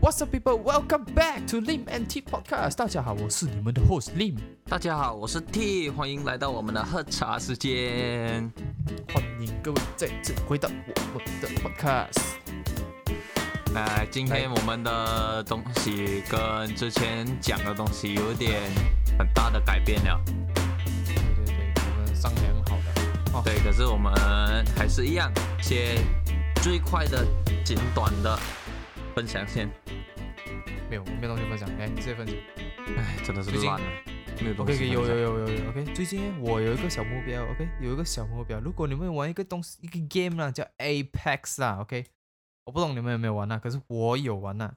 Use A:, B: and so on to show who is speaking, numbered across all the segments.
A: What's up, people? Welcome back to Lim and T Podcast。大家好，我是你们的 host Lim。
B: 大家好，我是 T，欢迎来到我们的喝茶时间。
A: 欢迎各位再次回到我们的 podcast。
B: 哎，今天我们的东西跟之前讲的东西有点很大的改变了。
A: 对对对，我们商量好了。
B: 对，可是我们还是一样，先最快的、简短的分享先。
A: 没有，没有东西分享，来，你直接分享。
B: 哎，真的是
A: 最近
B: 乱了，没有东
A: OK，
B: 西分
A: OK，有有
B: 享。
A: 有有有。OK，最近我有一个小目标，OK，有一个小目标。如果你们玩一个东西，一个 game 啦，叫 Apex 啦，OK，我不懂你们有没有玩啦，可是我有玩啦。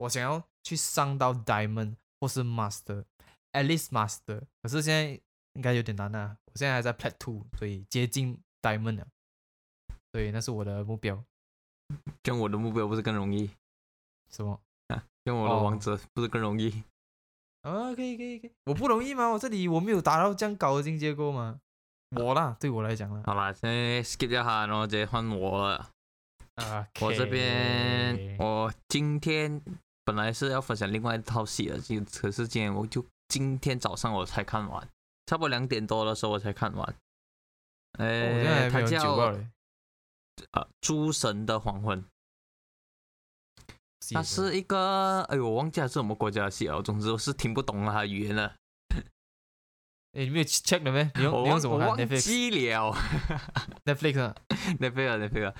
A: 我想要去上到 Diamond 或是 Master，at least Master，可是现在应该有点难啦。我现在还在 Plat Two，所以接近 Diamond 了。所以那是我的目标。
B: 用我的目标不是更容易？
A: 什么？
B: 用我的
A: 哦
B: 王者不是更容易？
A: 啊，可以可以可以，我不容易吗？我这里我没有达到这样高的境界过吗？我啦，对我来讲啦。
B: 好啦，现在 skip 一下，然后直接换我了。我这边
A: OK
B: 我今天本来是要分享另外一套戏的，就可是今天我就今天早上我才看完，差不多两点多的时候我才看完。
A: 哦我现在
B: 呃，
A: 还没
B: 它
A: 有
B: 叫
A: 酒吧嘞，
B: 呃《诸神的黄昏》，它是一个哎呦，我忘记它是什么国家的戏了，总之我是听不懂它的语言了，
A: 哎，你没有 check 了没？你用
B: 我
A: 你
B: 忘
A: 用什
B: 我
A: 么看
B: 忘
A: ？Netflix
B: 记了，
A: Netflix 啊
B: 那菲尔那菲尔，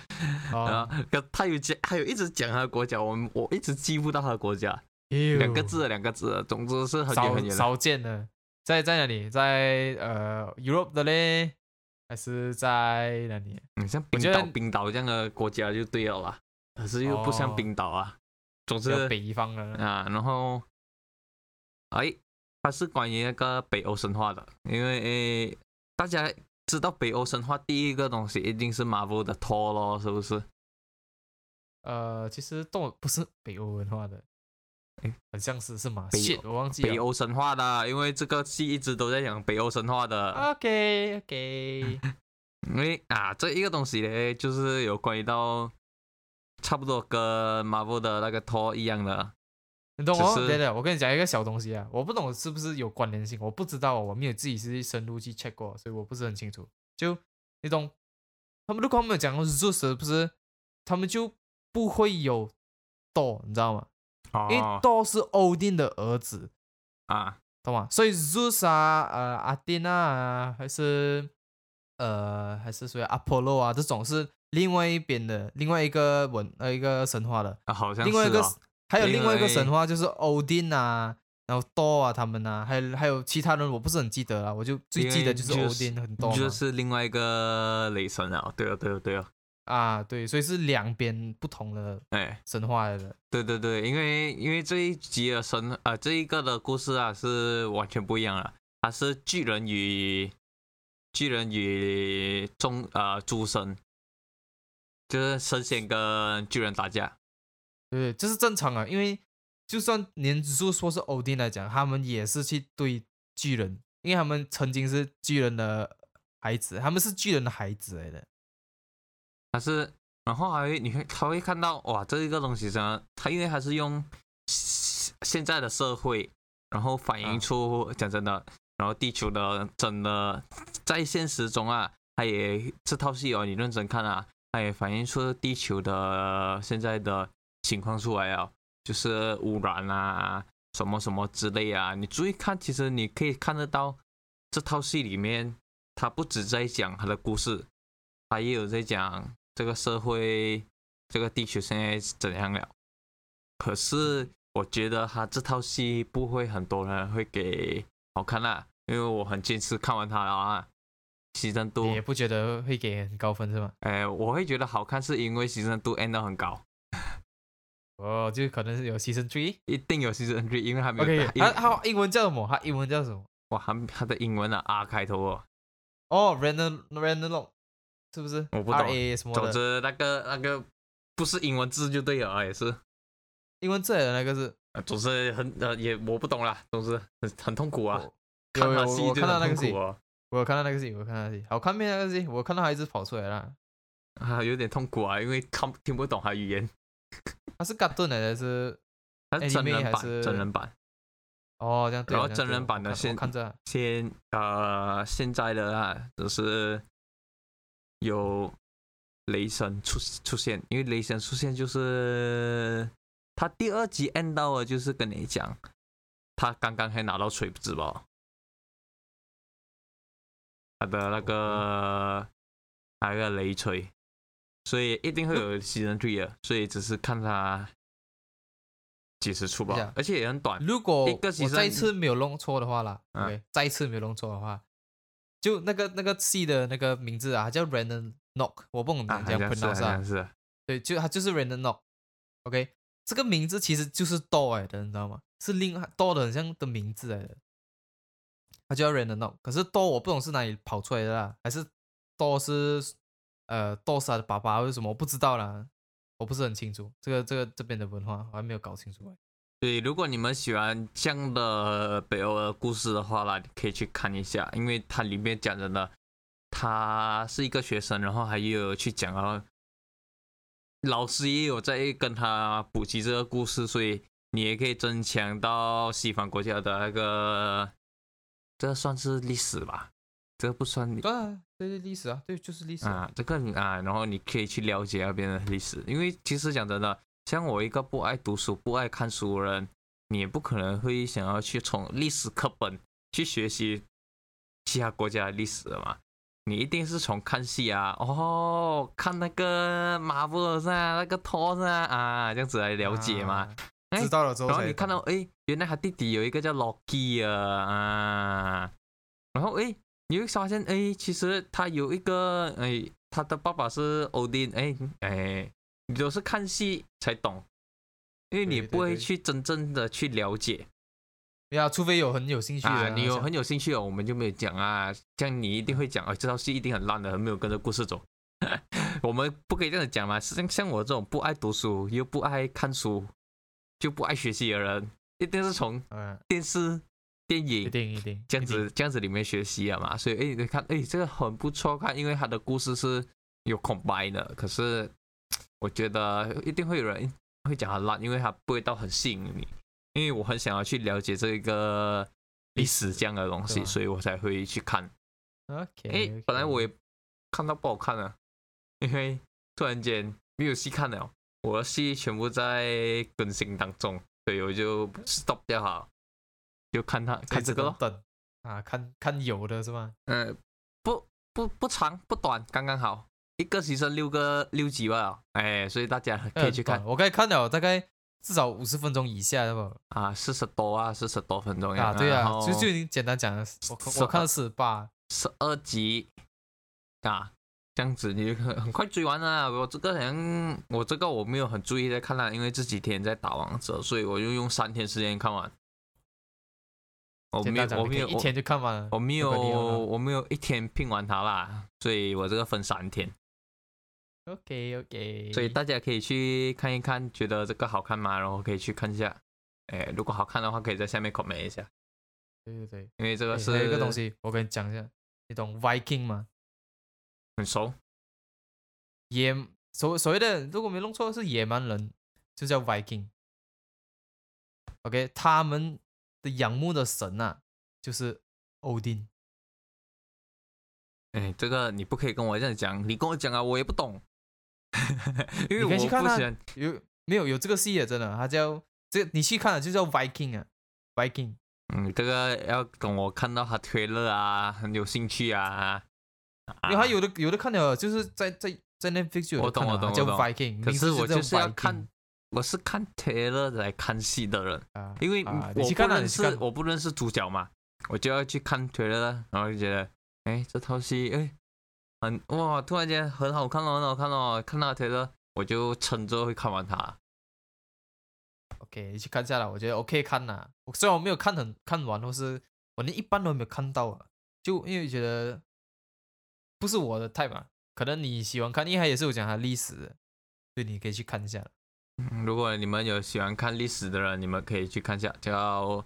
B: 然
A: 哦，
B: 后可他有讲，他有一直讲他的国家，我我一直记不到他的国家，两
A: 两
B: 个，字两个字，总之是很远
A: 少
B: 很远的。
A: 少见的，在在哪里？在呃 Europe 的嘞，还是在哪里？
B: 嗯，像
A: 我
B: 冰
A: 觉
B: 岛、
A: 得
B: 冰岛这样的国家就对了啦，可是又不像
A: 哦
B: 冰岛啊。总之
A: 叫北方的啦。
B: 啊，然后，哎，它是关于那个北欧神话的，因为、诶大家知道北欧神话第一个东西一定是 Marvel 的 Thor 咯，是不是？
A: 呃，其实动不是北欧文化的
B: 诶，
A: 很像是是吗？
B: 北
A: shit，
B: 欧
A: 我忘记
B: 北
A: 了。
B: 欧神话的，因为这个戏一直都在讲北欧神话的。
A: OK OK，
B: 因为啊，这一个东西嘞，就是有关于到差不多跟 Marvel 的那个 Thor 一样的，
A: 你懂哦？
B: 只是
A: 对的，我跟你讲一个小东西啊，我不懂是不是有关联性，我不知道哦，我没有自己是深入去 check 过，所以我不是很清楚。就你懂，他们如果他们有讲到 Zeus，不是他们就不会有 Thor，你知道吗？因为
B: 哦
A: Thor 是 Odin 的儿子，
B: 啊，
A: 懂吗？所以 Zeus 啊，呃，阿丁娜啊，还是呃，还是所谓 Apollo 啊，这种是另外一边的另外一个文呃一个神话的。
B: 啊好像
A: 另外一
B: 是
A: 个
B: 哦
A: 是还有另外一个
B: 因为
A: 神话就是欧丁啊，然后多啊他们啊，还有还有其他人我不是很记得了，我就最记得就是
B: 因为
A: 欧
B: 就是
A: 丁很多嘛、
B: 就是另外一个雷神啊，对啊，对啊，对啊，
A: 啊，对，所以是两边不同的
B: 哎，
A: 神话来的。
B: 对对对，因为因为这一集的神啊、呃，这一个的故事啊是完全不一样了，它是巨人与巨人与中呃诸神，就是神仙跟巨人打架，
A: 对，这是正常啊，因为就算连就说是欧丁来讲，他们也是去对巨人，因为他们曾经是巨人的孩子，他们是巨人的孩子来的。
B: 它是然后还会你会他会看到哇，这一个东西真的，它因为它是用现现在的社会，然后反
A: 啊
B: 映出、讲真的，然后地球的真的在现实中啊，它也这套戏哦，你认真看啊，它也反映出地球的呃现在的情况出来啊，就是污染啊，什么什么之类啊，你注意看，其实你可以看得到这套戏里面，它不只在讲它的故事，它也有在讲这个社会、这个地球现在是怎样了。可是我觉得它这套戏不会很多人会给好看啦，因为我很坚持看完它了啊。牺牲度
A: 你也，不觉得会给很高分是吗？
B: 哎，我会觉得好看是因为牺牲度 end 到很高，
A: 哦，就可能是有 season three。
B: 一定有牺牲 three，因为还没有
A: OK，啊
B: 因
A: 他
B: 为
A: 他英文叫什么？他英文叫什么？
B: 哇，它它的英文啊 R 开头哦。
A: 哦 r a n d o m r a n d o m 是不是？
B: 我不懂
A: R A 什么
B: 总
A: 的，
B: 之，那个那个不是英文字就对了，啊也是。
A: 英文字来的那个是。
B: 呃总之很呃也我不懂啦，总之很很痛苦啊。
A: 有
B: 看
A: 有
B: 他
A: 我
B: 戏
A: 我
B: 就
A: 看到那
B: 很
A: 个
B: 痛
A: 戏
B: 苦，哦，
A: 我有看到那个戏，我有看到那个戏，好看没那个戏？我看到他一直跑出来了。
B: 啊有点痛苦啊，因为看不听不懂他语言。
A: 它是 cartoon 来的是
B: 它是真
A: Anime
B: 人
A: 还
B: 版，
A: 是
B: 真人版。
A: 哦这样对了。
B: 然后
A: 这样
B: 真
A: 对
B: 人
A: 了
B: 版的
A: 我看
B: 现
A: 我看着啊
B: 现呃现在的啊，只是有雷神出出现，因为雷神出现就是他第二集 end 到了，就是跟你讲，他刚刚还拿到锤子吧，他的那个那个雷锤，所以一定会有
A: 嗯
B: season three 的，所以只是看他几时出吧
A: 等一下，嗯
B: 而且也很短，
A: 如果
B: 啊一个
A: 我
B: season-
A: 再一次没有弄错的话啦、
B: 啊
A: o k 再一次没有弄错的话，就那个那个戏的那个名字啊，它叫 Random Knock，我不懂
B: 啊，
A: 怎样
B: 好像是好
A: pronounce 啊
B: 像，是。
A: 对，就它就是 Random Knock，OK，、这个名字其实就是 Door 来的，你知道吗？是另外 Door 的很像的名字来的，它叫 Random Knock，可是 Door 我不懂是哪里跑出来的啦，还是 Door 是呃 Door 是他的爸爸或者什么，我不知道啦，我不是很清楚，这个这个这边的文化我还没有搞清楚。啊
B: 对，如果你们喜欢这样的北欧的故事的话啦，你可以去看一下，因为它里面讲真的，他是一个学生，然后还有去讲啊，老师也有在跟他补习这个故事，所以你也可以增强到西方国家的那个，这算是历史吧？这个不算历
A: 对啊，对对，历史啊，对，就是历史啊
B: 啊，这个你啊，然后你可以去了解那边的历史，因为其实讲真的，像我一个不爱读书、不爱看书的人，你也不可能会想要去从历史课本去学习其他国家的历史的嘛。你一定是从看戏啊，哦，看那个 Marvel 是啊，那个 Thor 是啊，啊，这样子来了解嘛。
A: 啊
B: 哎
A: 知道了之后才
B: 然
A: 懂，
B: 后你看到诶，原来他弟弟有一个叫 Loki 啊，啊然后诶，你会发现诶，其实他有一个诶，他的爸爸是 Odin，诶诶，你都是看戏才懂，因为你
A: 对对
B: 不会
A: 对
B: 去真正的去了解
A: 呀，除非有很有兴趣的
B: 啊，
A: 人啊，
B: 你有
A: 像
B: 很有兴趣哦，我们就没有讲啊，这样你一定会
A: 嗯
B: 讲，哎，这套戏一定很烂的，没有跟着故事走。 我们不可以这样子讲嘛，像像我这种不爱读书又不爱看书，就不爱学习的人，一定是从
A: 嗯，
B: 电视、电
A: 一
B: 影
A: 定一定
B: 这样，
A: 一定
B: 子这样子里面学习啊嘛，所以哎，你看哎，这个很不错看，因为它的故事是有 combine 的，可是我觉得一定会有人会讲它烂，因为它不会到很吸引你，因为我很想要去了解这个历史这样的东
A: 对
B: 西，
A: 吧
B: 所以我才会去看。
A: OK，
B: 哎，本来我
A: 也
B: 也看到不好看了，因为突然间没有戏看了，我的戏全部在更新当中，所以我就 stop 掉它了，就看它看这个咯。
A: 等啊，看看有的是吗？
B: 嗯，不不不长不短，刚刚好，一个牺牲六个六集吧，哎，所以大家可以去
A: 呃
B: 看
A: 懂我刚才看了大概至少五十分钟以下的吧？
B: 啊，四十多啊，四十多分钟呀
A: 啊，对
B: 然
A: 啊，
B: 后
A: 就就已经简单讲了，我看我看了四十八，
B: 十二集啊，这样子你就很很快追完了。我这个人，我这个我没有很注意在看啦，因为这几天在打王者，所以我就用三天时间看完。我
A: 简
B: 没
A: 单
B: 有，
A: 讲，你
B: 我没
A: 可以
B: 有，
A: 一天就看完了
B: 我。没有，
A: 如果你有呢
B: 我没有一天拼完它啦，所以我这个分三天。
A: OK OK，
B: 所以大家可以去看一看，觉得这个好看吗？然后可以去看一下。哎，如果好看的话，可以在下面 comment 一下，
A: 对对对，
B: 因为这个
A: 哎
B: 是
A: 还有一个东西，我跟你讲一下，你懂 Viking 吗？
B: 很熟
A: 野所所谓的，如果没弄错是野蛮人，就叫 Viking。OK，他们的仰慕的神呐、就是 Odin。
B: 哎，这个你不可以跟我这样讲，你跟我讲啊，我也不懂， 因
A: 你可以
B: 为我不
A: 去
B: 喜
A: 看啊
B: 欢
A: 有没有有这个戏啊的？真的，它叫这个你去看了就叫 Viking 啊，Viking。
B: 嗯，这个要等我看到他推了啊，很有兴趣啊。
A: 因为它有的有的看了，就是在在在 Netflix 就有
B: 我
A: 的
B: 懂
A: 看了，
B: 我懂
A: 它叫
B: 我懂
A: Viking。
B: 可是我
A: 就
B: 就是要看我是看推了来看戏的人，
A: 啊，
B: 因为
A: 啊
B: 我
A: 你去
B: 不
A: 看啊
B: 认
A: 你去
B: 识
A: 看
B: 我不认识主角嘛，我就要去看推了，然后就觉得，哎，这套戏，哎，很哇，突然间很好看哦，很好看哦，看到推了，我就撑着会看完它。
A: OK，你去看一下啦，我觉得 OK 看啦。我虽然我没有看很看完，或是我连一般都没有看到啊，就因为觉得不是我的 type 嘛。可能你喜欢看，因为它也是有讲它历史的，所以你可以去看一下。
B: 嗯如果你们有喜欢看历史的人，你们可以去看一下，叫《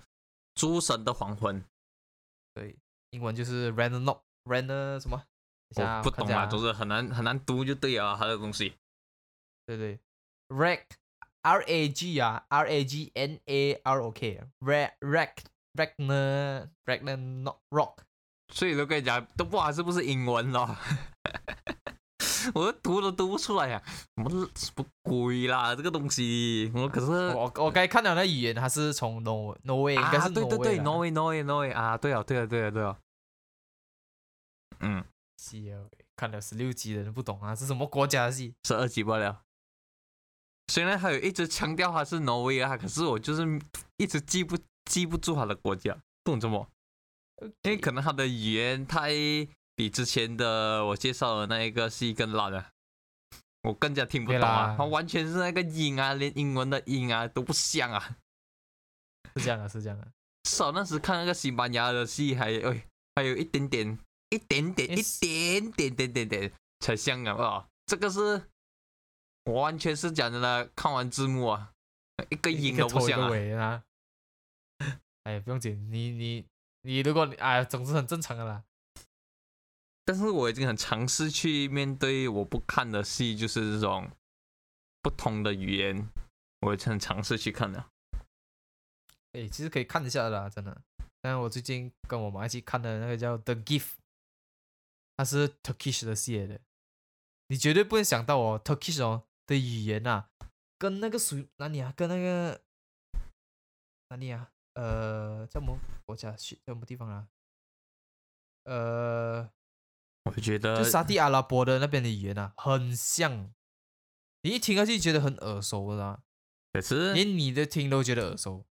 B: 诸神的黄昏》，
A: 对，英文就是 random not random 什么？等一下啊
B: 我不
A: 看一
B: 懂
A: 下
B: 啊啊，总是很难很难读就对了啊，他的东西。
A: 对对 r e c R A G 啊，R A G N A R O K，Rag Rag Ragnar Ragnar Rock。
B: 所以都跟你讲，都不好是不是英文咯？ 我都读都读不出来呀、什么什么鬼啦？这个东西，我可是
A: 我我该看到那语言，它是从 Nor Norway，应该
B: 呃啊，
A: 是
B: 对对对
A: 挪威
B: ，Norway Norway Norway 啊，对哦对哦对哦对哦，嗯，
A: 西啊，看了十六集的人不懂啊，是什么国家的戏？
B: 十二级罢了。虽然他有一直强调他是挪威啊，可是我就是一直记不记不住他的国家，不懂怎么。因为可能他的语言太比之前的我介绍的那一个戏更烂了，我更加听不懂
A: 对啦
B: 啊，他完全是那个音啊，连英文的音啊都不像啊。
A: 是这样啊的，是这样的。
B: 至少那时看那个西班牙的戏还，哎，还有一点点，一点点，一
A: Yes
B: 点点点点点才像啊！哦，这个是我完全是讲真的，看完字幕啊，一个
A: 一
B: 音
A: 个
B: 都不
A: 头一
B: 像
A: 个
B: 啊。
A: 尾啊。 哎，不用紧，你你你，如果你哎，总之很正常的啦。
B: 但是我已经很尝试去面对我不看的戏，就是这种不同的语言，我已经很尝试去看啊了。
A: 哎，其实可以看一下的啦，真的。但我最近跟我妈一起看的那个叫《The Gift》，它是 Turkish 的系列的，你绝对不会想到哦，Turkish 哦的语言啊，跟那个属于哪里啊，跟那个哪里啊，呃，叫什么国家去叫什么地方啊？呃，
B: 我觉得
A: 就沙地阿拉伯的那边的语言啊，很像。你一听下去觉得很耳熟的啦，
B: 可是
A: 连你的听都觉得耳熟。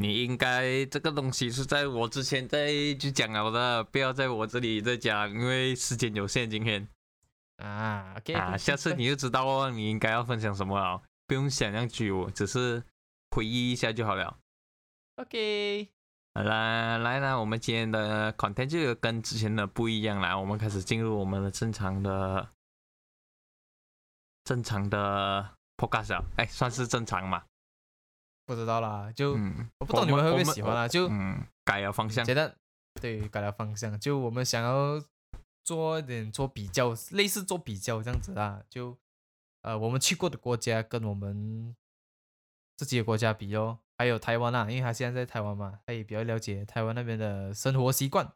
B: 你应该这个东西是在我之前在就讲了的，不要在我这里再讲，因为时间有限。今天
A: 啊，OK，
B: 啊，下次你就知道哦，你应该要分享什么了，不用想象举我，只是回忆一下就好了。
A: OK，
B: 好啦，来啦，我们今天的 content 就有跟之前的不一样啦，我们开始进入我们的正常的正常的 podcast 了，哎，算是正常嘛。
A: 不知道啦，就、
B: 嗯，
A: 我不懂你们会不会喜欢
B: 啊？
A: 啦，就
B: 嗯，改了方向
A: 觉。得对改了方向，就我们想要做一点做比较，类似做比较这样子啦，就呃我们去过的国家跟我们自己的国家比哦，还有台湾啦，因为他现在在台湾嘛，他也比较了解台湾那边的生活习惯，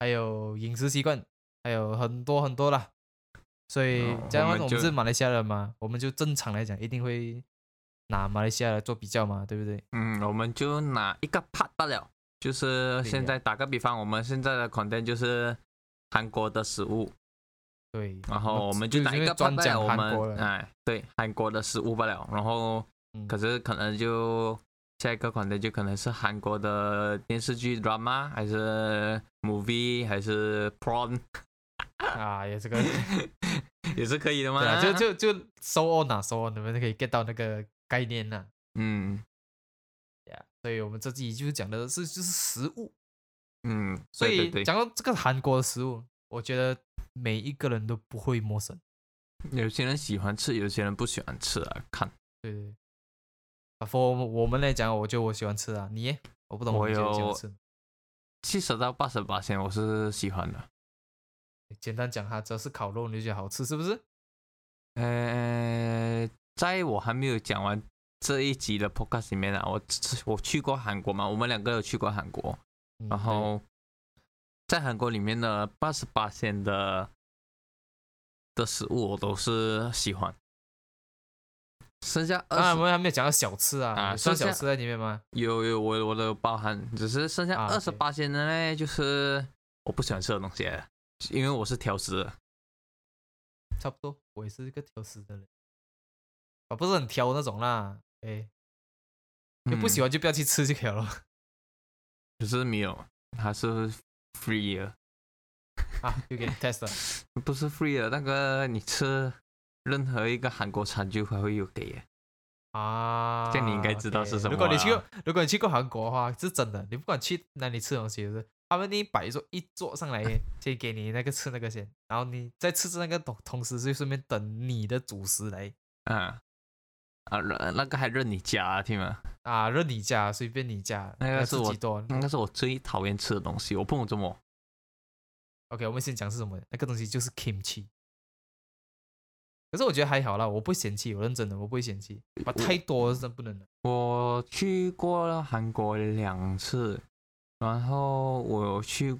A: 还有饮食习惯，还有很多很多啦。所以
B: 嗯
A: 加上
B: 我
A: 我
B: 们
A: 们
B: 就是
A: 马来西亚人嘛，我们就正常来讲一定会拿马来西亚来做比较嘛，对不对？
B: 嗯，我们就拿一个 part 罢了，就是
A: 对
B: 现
A: 呀
B: 在打个比方，我们现在的 content 就是韩国的食物，
A: 对，
B: 然后我们就
A: 因
B: 拿一
A: 为
B: 个 part
A: 专
B: 罢了，
A: 讲
B: 我
A: 韩国
B: 们
A: 了。
B: 哎，对，韩国的食物罢了，然后
A: 嗯
B: 可是可能就下一个 content 就可能是韩国的电视剧 drama 还是 movie 还是 porn
A: 啊， 也这个，
B: 也是可以的嘛，
A: 对啊，就就就收 on 啊，收 on，你们可以 get 到那个概念呐、
B: 嗯
A: 啊。所以我们这集就是讲的是就是食物，
B: 嗯，
A: 所
B: 对
A: 以
B: 对对
A: 讲到这个韩国的食物，我觉得每一个人都不会陌生。
B: 有些人喜欢吃，有些人不喜欢吃啊，看。
A: 对对对。啊，for 我们我们来讲，我觉得我喜欢吃啊，你耶？我不懂，
B: 我
A: 你觉得喜欢
B: 有
A: 吃。
B: 七十到八十八线我是喜欢的。
A: 简单讲哈，只要是烤肉你就觉得好吃，是不是？
B: 呃，在我还没有讲完这一集的 podcast 里面啊，我我去过韩国嘛，我们两个有去过韩国，
A: 嗯
B: 然后在韩国里面的八十八线的的食物我都是喜欢，剩下
A: 对当然
B: 二
A: 我
B: 十、
A: 们还没有讲到小吃啊，
B: 啊
A: 有算
B: 剩
A: 小
B: 下
A: 吃在里面吗？
B: 有有我我都有包含，只是剩下
A: 啊
B: 二
A: ，OK
B: 十八线的呢，就是我不喜欢吃的东西，啊因为我是挑食的。
A: 差不多，我也是一个挑食的人，啊，不是很挑那种啦，哎，就不
B: 嗯
A: 喜欢就不要去吃就可以了咯。
B: 可是没有，它是 free 的，
A: 啊，就给你 test 了。
B: 不是 free 的。那个你吃任何一个韩国餐就还会有给耶，
A: 啊，
B: 这样你应该知道
A: OK
B: 是什么
A: 如果你去过
B: 了，
A: 如果你去过韩国的话，是真的，你不管去哪里吃东西，就是他们那一摆桌一坐上 来，先给你那个吃那个先，然后你再吃那个同同时就顺便等你的主食来
B: 啊啊，那那个还任你加听吗？
A: 啊，任你加，随便你加，
B: 那个
A: 要
B: 是
A: 自
B: 我嗯
A: 己多。
B: 那个是我最讨厌吃的东西，我不懂怎么
A: OK，我们先讲是什么，那个东西就是 kimchi，可是我觉得还好啦，我不会嫌弃，我认真的，我不会嫌弃。把太多了是真不能的。
B: 我去过了韩国两次，然后我有去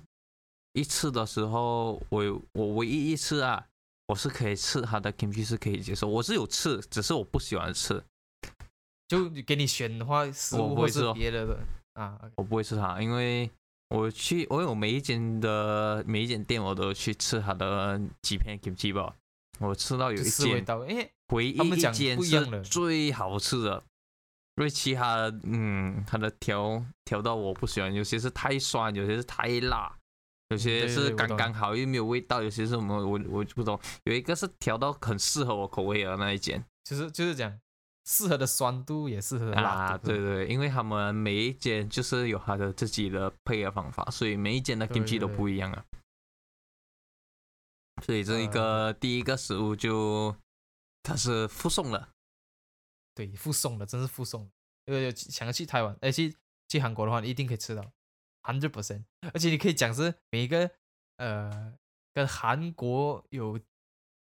B: 一次的时候，我有我唯一一次啊，我是可以吃它的 kimchi 是可以接受，我是有吃，只是我不喜欢吃，
A: 就给你选的话，食
B: 我
A: 物
B: 不
A: 或
B: 会吃
A: 是
B: 哦
A: 别的的啊，OK，
B: 我不会吃它，因为我去，我有每一间的每一间店我都去吃它的几片 kimchi 吧，我吃到有
A: 就
B: 一
A: 是味
B: 间
A: 道。哎，
B: 唯一
A: 他们
B: 一
A: 讲
B: 间
A: 不一样的
B: 是最好吃的，因为其他的嗯，它的调调到我不喜欢，有些是太酸，有些是太辣，有
A: 嗯
B: 些
A: 对对
B: 是
A: 对我
B: 刚
A: 懂
B: 刚好又没有味道，有些是什么我我不懂，有一个是调到很适合我口味的那一间
A: 就是就是讲适合的酸度也适合的辣
B: 啊，
A: 度。
B: 对对，因为他们每一间就是有他的自己的配合方法，所以每一间的
A: 对
B: kimchi
A: 对
B: 都
A: 对
B: 不一样啊。所以这一
A: 呃
B: 个、第一个食物就它是附送了。
A: 对，附送的，真是附送的。呃，想要去台湾，哎，去去韩国的话，你一定可以吃到，hundred percent。而且你可以讲是每一个呃跟韩国有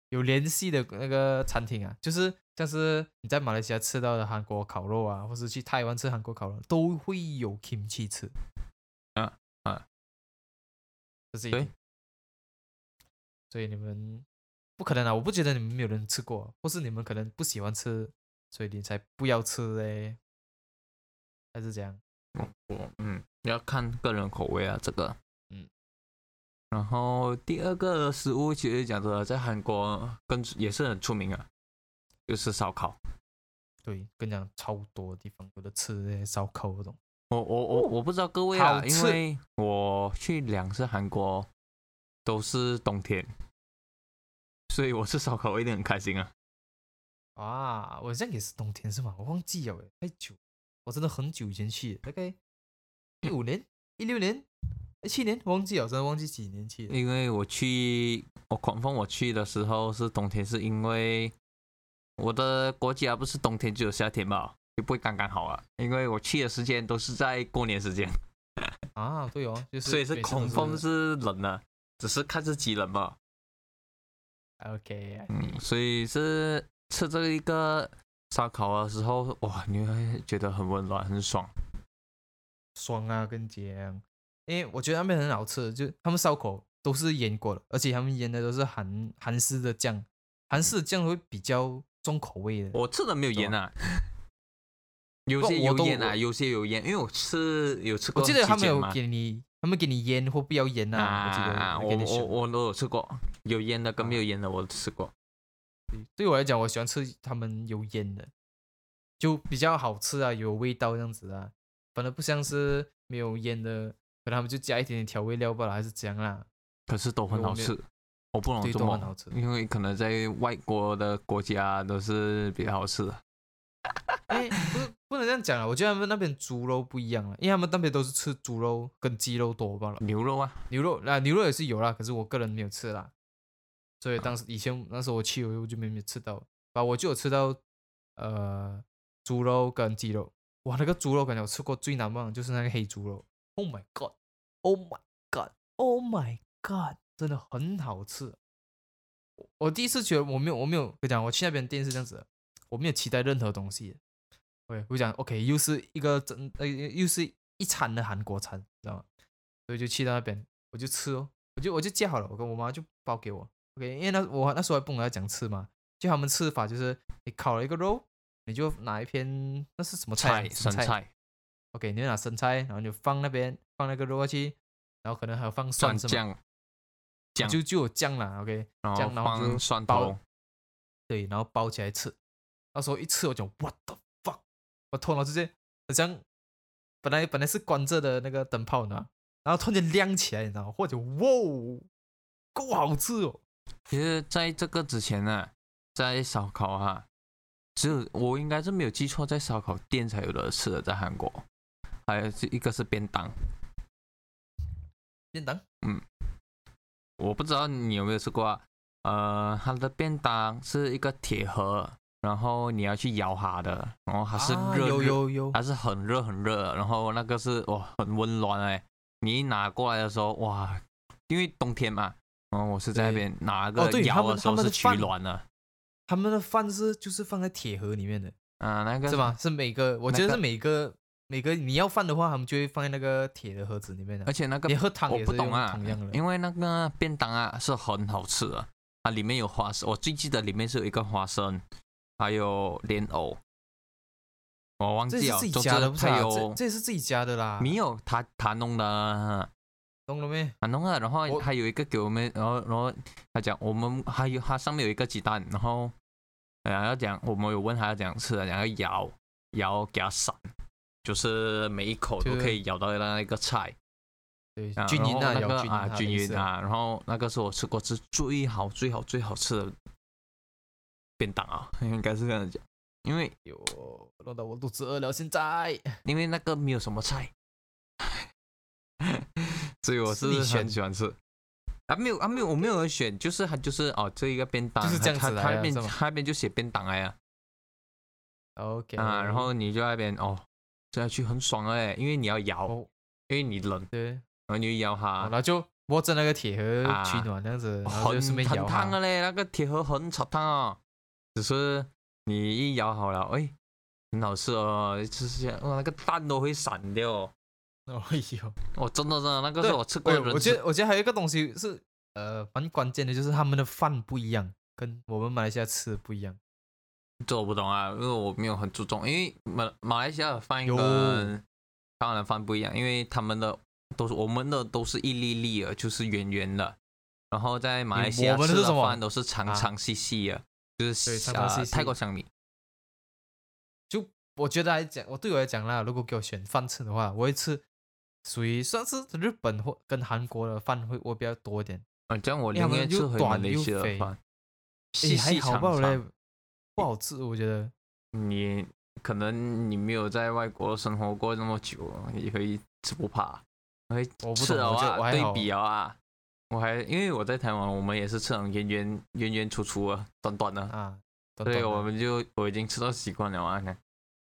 A: 有联系的那个餐厅啊，就是像是你在马来西亚吃到的韩国烤肉啊，或是去台湾吃韩国烤肉，都会有 kimchi 吃。
B: 啊啊，
A: 这是一
B: 对
A: 定。所以你们不可能啊！我不觉得你们没有人吃过，啊或是你们可能不喜欢吃，所以你才不要吃嘞，还是这样？
B: 我嗯，要看个人口味啊，这个。
A: 嗯。
B: 然后第二个食物其实讲真的，在韩国跟也是很出名啊，就是烧烤。
A: 对，跟你讲超多地方有的吃那些烧烤这种，
B: 我我我我不知道各位啊
A: 哦好，吃
B: 因为我去两次韩国都是冬天，所以我吃烧烤我一定很开心啊。
A: 啊，我好像也是冬天是吗？我忘记了诶，太久，我真的很久以前去的，大 概一五年、一六年、一七年，忘记了，真的忘记几年去了。
B: 因为我去我狂风我去的时候是冬天，是因为我的国家不是冬天就有夏天嘛，就不会刚刚好啊。因为我去的时间都是在过年时间，
A: 啊，对哦，就是
B: 所以是
A: 每次都
B: 恐风是冷的，只是看是几冷吧。
A: OK，
B: 嗯，所以是吃这一个烧烤的时候，哇，你会觉得很温暖，很爽。
A: 爽啊，跟你讲，因为我觉得那边很好吃，就他们烧烤都是腌过的，而且他们腌的都是韩韩式的酱，韩式的酱会比较重口味的。
B: 我吃的没有盐啊，有
A: 不
B: 些
A: 我
B: 有
A: 都
B: 盐啊，
A: 我
B: 有些有盐，因为我吃有吃
A: 我
B: 过
A: 记
B: 期间
A: 得他
B: 嘛。
A: 们有给你，他们给你腌或不要腌啊，我记得
B: 啊，
A: 有给你
B: 我
A: 选。啊
B: 我都有吃过，有腌的跟没有腌的我都吃过。
A: 对对我来讲，我喜欢吃他们有腌的，就比较好吃啊，有味道这样子啊，反正不像是没有腌的，可能他们就加一点点调味料罢了，还是怎样啦。
B: 可是都很好
A: 我
B: 吃，我不懂
A: 对
B: 怎
A: 都很好
B: 么
A: 吃，
B: 因为可能在外国的国家都是比较好吃的。
A: 哎，不是不能这样讲啊，我觉得他们那边猪肉不一样啊了，因为他们那边都是吃猪肉跟鸡肉多罢了，
B: 牛肉啊，
A: 牛肉啊牛肉也是有啦，可是我个人没有吃啦，所以当时以前那时候我去我就没没吃到，啊我就有吃到呃猪肉跟鸡肉，哇那个猪肉感觉我吃过最难忘的就是那个黑猪肉，Oh my God，Oh my God，Oh my God，真的很好吃。我我第一次觉得我没有我没有跟你讲，我去那边店是这样子的，我没有期待任何东西的。OK，我讲 OK，又是一个真呃又是一餐的韩国餐，知道吗？所以就去到那边，我就吃哦，我就我就叫好了，我跟我妈就包给我。OK，因为那我那时候还不懂要讲吃嘛，就他们吃法就是你烤了一个肉，你就拿一片那是什么菜啊？
B: 生
A: 什么菜
B: 菜、
A: OK，你就拿生菜，然后你就放那边放那个肉下去，然后可能还有放蒜
B: 蒜
A: 是吗
B: 酱，酱
A: 就就有酱啦。OK，
B: 然后
A: 酱然后就
B: 放蒜
A: 包
B: 头。
A: 对，然后包起来吃。那时候一吃我就 what the fuck，我头脑直接好像本来本来是关着的那个灯泡呢，然后突然间亮起来，你知道吗？或者哇哦，够好吃哦！
B: 其实在这个之前呢，在烧烤哈、只有我应该是没有记错，在烧烤店才有的吃的，在韩国。还有一个是便当，
A: 便当
B: 我不知道你有没有吃过、啊，呃，它的便当是一个铁盒，然后你要去摇它的，然后它是
A: 啊
B: 热，
A: 有
B: 热
A: 有有
B: 它是很热很热的，然后那个是哇很温暖哎、你一拿过来的时候哇，因为冬天嘛，然后我是在那
A: 对
B: 边拿个
A: 哦对他
B: 摇
A: 们
B: 的时候
A: 他们
B: 是
A: 的
B: 取
A: 饭
B: 暖的，
A: 他们的饭是就是放在铁盒里面的，
B: 啊，那个
A: 是吗？？是每个，我觉得
B: 那个
A: 是每个每个你要饭的话，他们就会放在那个铁的盒子里面的
B: 而。且那个
A: 你喝汤
B: 我
A: 也
B: 不
A: 是用
B: 懂啊
A: 同样，的，
B: 因为那个便当啊是很好吃的，啊，里面有花生，我最记得里面是有一个花生，还有莲藕，我忘
A: 这
B: 记
A: 是
B: 了，
A: 自己
B: 总之
A: 家的，不是、
B: 它
A: 啊？
B: 有
A: 这这是自己家的啦，
B: 没有他他弄的，
A: 懂了没？
B: 他弄的，啊然后
A: 我
B: 他有一个给我们，然后然后他讲我们还有他上面有一个鸡蛋，然后然后讲我们有问他要怎样吃，然后咬咬给他散，就是每一口都
A: 就是
B: 可以咬到那一个菜。
A: 对，
B: 啊
A: 均
B: 然
A: 匀
B: 后
A: 啊，
B: 那
A: 有
B: 个
A: 均匀
B: 啊，均
A: 类
B: 匀
A: 似
B: 啊，然后那个是我吃过是最好、最好、最好吃的便当啊， 应该是这样讲，因为
A: 哟，弄得我肚子饿了，现在。
B: 因为那个没有什么菜， 所以我
A: 是
B: 是
A: 你选
B: 很喜欢吃。啊没有啊没有，我没有人选，就是他就是哦这一个便当，
A: 就是这样
B: 他
A: 子来
B: 他他
A: 的
B: 那边
A: 是吗
B: 他那边就写便当来啊，
A: OK
B: 啊然后你就在那边哦，这下去很爽哎，因为你要摇，
A: 哦
B: 因为你冷，
A: 对，
B: 然后你就摇
A: 哦
B: 它
A: 然，后就握着那个铁盒
B: 啊
A: 取暖这样子，然后就
B: 很
A: 顺便
B: 很啊
A: 摇
B: 烫
A: 它
B: 的嘞，那个铁盒很炒烫哦，只是你一咬好了，哎，很好吃哦，就是这样哇，那个蛋都会散掉哦，
A: 哦， 哎呦，
B: 哦，真的真的，那个
A: 对
B: 是我吃过
A: 对，
B: 的人
A: 我觉
B: 吃
A: 得我觉得还有一个东西是呃蛮关键的，就是他们的饭不一样，跟我们马来西亚吃的不一样。
B: 这我不懂啊，因为我没有很注重，因为马马来西亚的饭
A: 有
B: 跟当然的饭不一样，因为他们的都是我们的都是一粒粒的，就是圆圆的，然后在马来西亚
A: 我们的
B: 吃
A: 是什
B: 的
A: 么
B: 饭都是长
A: 啊
B: 长细细的，就
A: 对
B: 是
A: 长长
B: 啊
A: 细细
B: 泰国香米，
A: 就我觉得来讲，我对我来讲啦，如果给我选饭吃的话，我会吃属于算是日本或跟韩国的饭会我比较多一点。
B: 嗯，这样我
A: 因为他们
B: 宁愿
A: 又
B: 吃回马
A: 短
B: 来
A: 又
B: 西亚
A: 肥
B: 的饭，
A: 诶
B: 细
A: 还
B: 细
A: 好
B: 长
A: 吧嘞
B: 长。，
A: 不好吃，我觉得。
B: 你可能你没有在外国生活过那么久，你会吃不怕，会
A: 我不
B: 吃
A: 懂
B: 了
A: 我觉得我
B: 啊，
A: 还
B: 对
A: 好
B: 比了啊。我还因为我在台湾，我们也是吃那种圆圆圆圆粗粗的、短短的，
A: 啊，
B: 所以
A: 短短的
B: 我们就我已经吃到习惯了啊。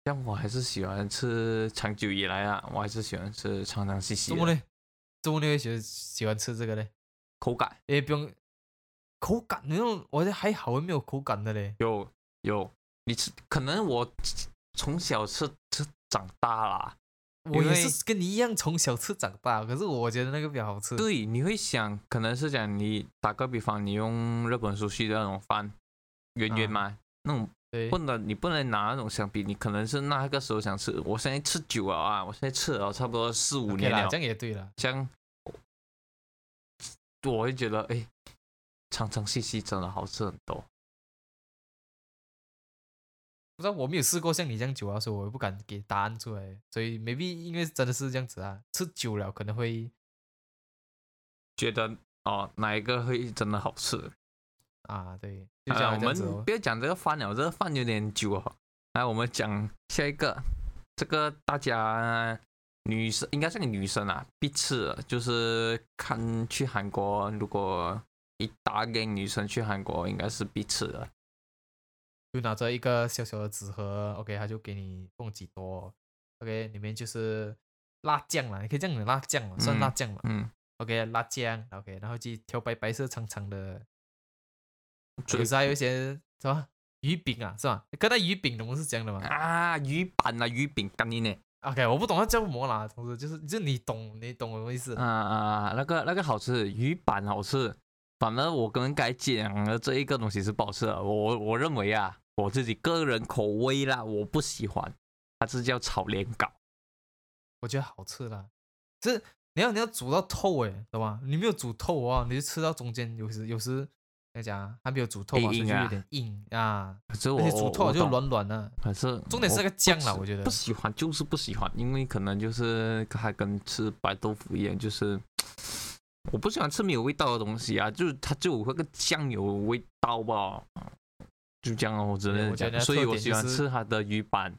B: 但我还是喜欢吃，长久以来啊，我还是喜欢吃长长细细啊
A: 怎么
B: 的
A: 嘞？怎么你会喜喜欢吃这个嘞？
B: 口感。
A: 也不用口感，那种我觉得还好，没有口感的嘞。
B: 有有，你吃可能我从小吃吃长大啦，
A: 我
B: 因
A: 也
B: 为
A: 是跟你一样从小吃长大，可是我觉得那个比较好吃。
B: 对，你会想，可能是讲你打个比方，你用日本熟悉的那种饭，圆圆
A: 啊
B: 嘛，那种
A: 对
B: 不能你不能拿那种相比，你可能是那个时候想吃，我现在吃久了啊，我现在吃了差不多四五
A: OK
B: 年
A: 啦
B: 了，
A: 这样也对啦。
B: 像我会觉得哎，长长细细真的好吃很多。
A: 不知道我没有试过像你这样久啊，所以我也不敢给答案出来。所以 maybe 因为真的是这样子啊，吃久了可能会
B: 觉得哦，哪一个会真的好吃？
A: 啊，对，就这
B: 啊，
A: 样、
B: 我
A: 这样子
B: 们
A: 哦
B: 不要讲这个饭了，这个饭有点久哦。来，我们讲下一个，这个大家女生应该是个女生啊，必吃的就是看去韩国，如果一大给女生去韩国，应该是必吃的。
A: 就拿着一个小小的纸盒，OK，他就给你放几多，OK，里面就是辣酱啦，你可以这样讲辣酱嘛，算
B: 嗯
A: 辣酱嘛。
B: 嗯，
A: OK，辣酱，OK，然后去挑白白色长长的，
B: 最
A: 有时还有一些什么鱼饼啊，是吧？可那鱼饼懂是这样的吗
B: 啊，鱼板啊，鱼饼干你呢？
A: ？OK，我不懂它叫什么啦，总之就是就你懂，你懂我意思
B: 啊啊，那个那个好吃，鱼板好吃。反正我跟该讲的这一个东西是不好吃的，我我我认为啊，我自己个人口味啦，我不喜欢。它是叫炒莲藕，
A: 我觉得好吃啦，就是你要你要煮到透诶，懂吗？你没有煮透啊，你就吃到中间，有时有时怎样讲啊，还没有煮透啊，所
B: 硬
A: 以就
B: 啊
A: 有点硬啊，
B: 可是
A: 而
B: 我
A: 且
B: 我
A: 煮透
B: 我
A: 了就
B: 懂
A: 软软的。
B: 可是
A: 重点是那
B: 我
A: 个酱啦，
B: 不
A: 我觉得
B: 不喜欢，就是不喜欢，因为可能就是它跟吃白豆腐一样，就是我不喜欢吃没有味道的东西啊，就是它就有那个酱油味道吧，就这样哦，我只
A: 对
B: 能
A: 我觉
B: 讲
A: 得，
B: 所以
A: 特
B: 我
A: 点
B: 喜
A: 就
B: 欢
A: 是
B: 吃它的鱼板。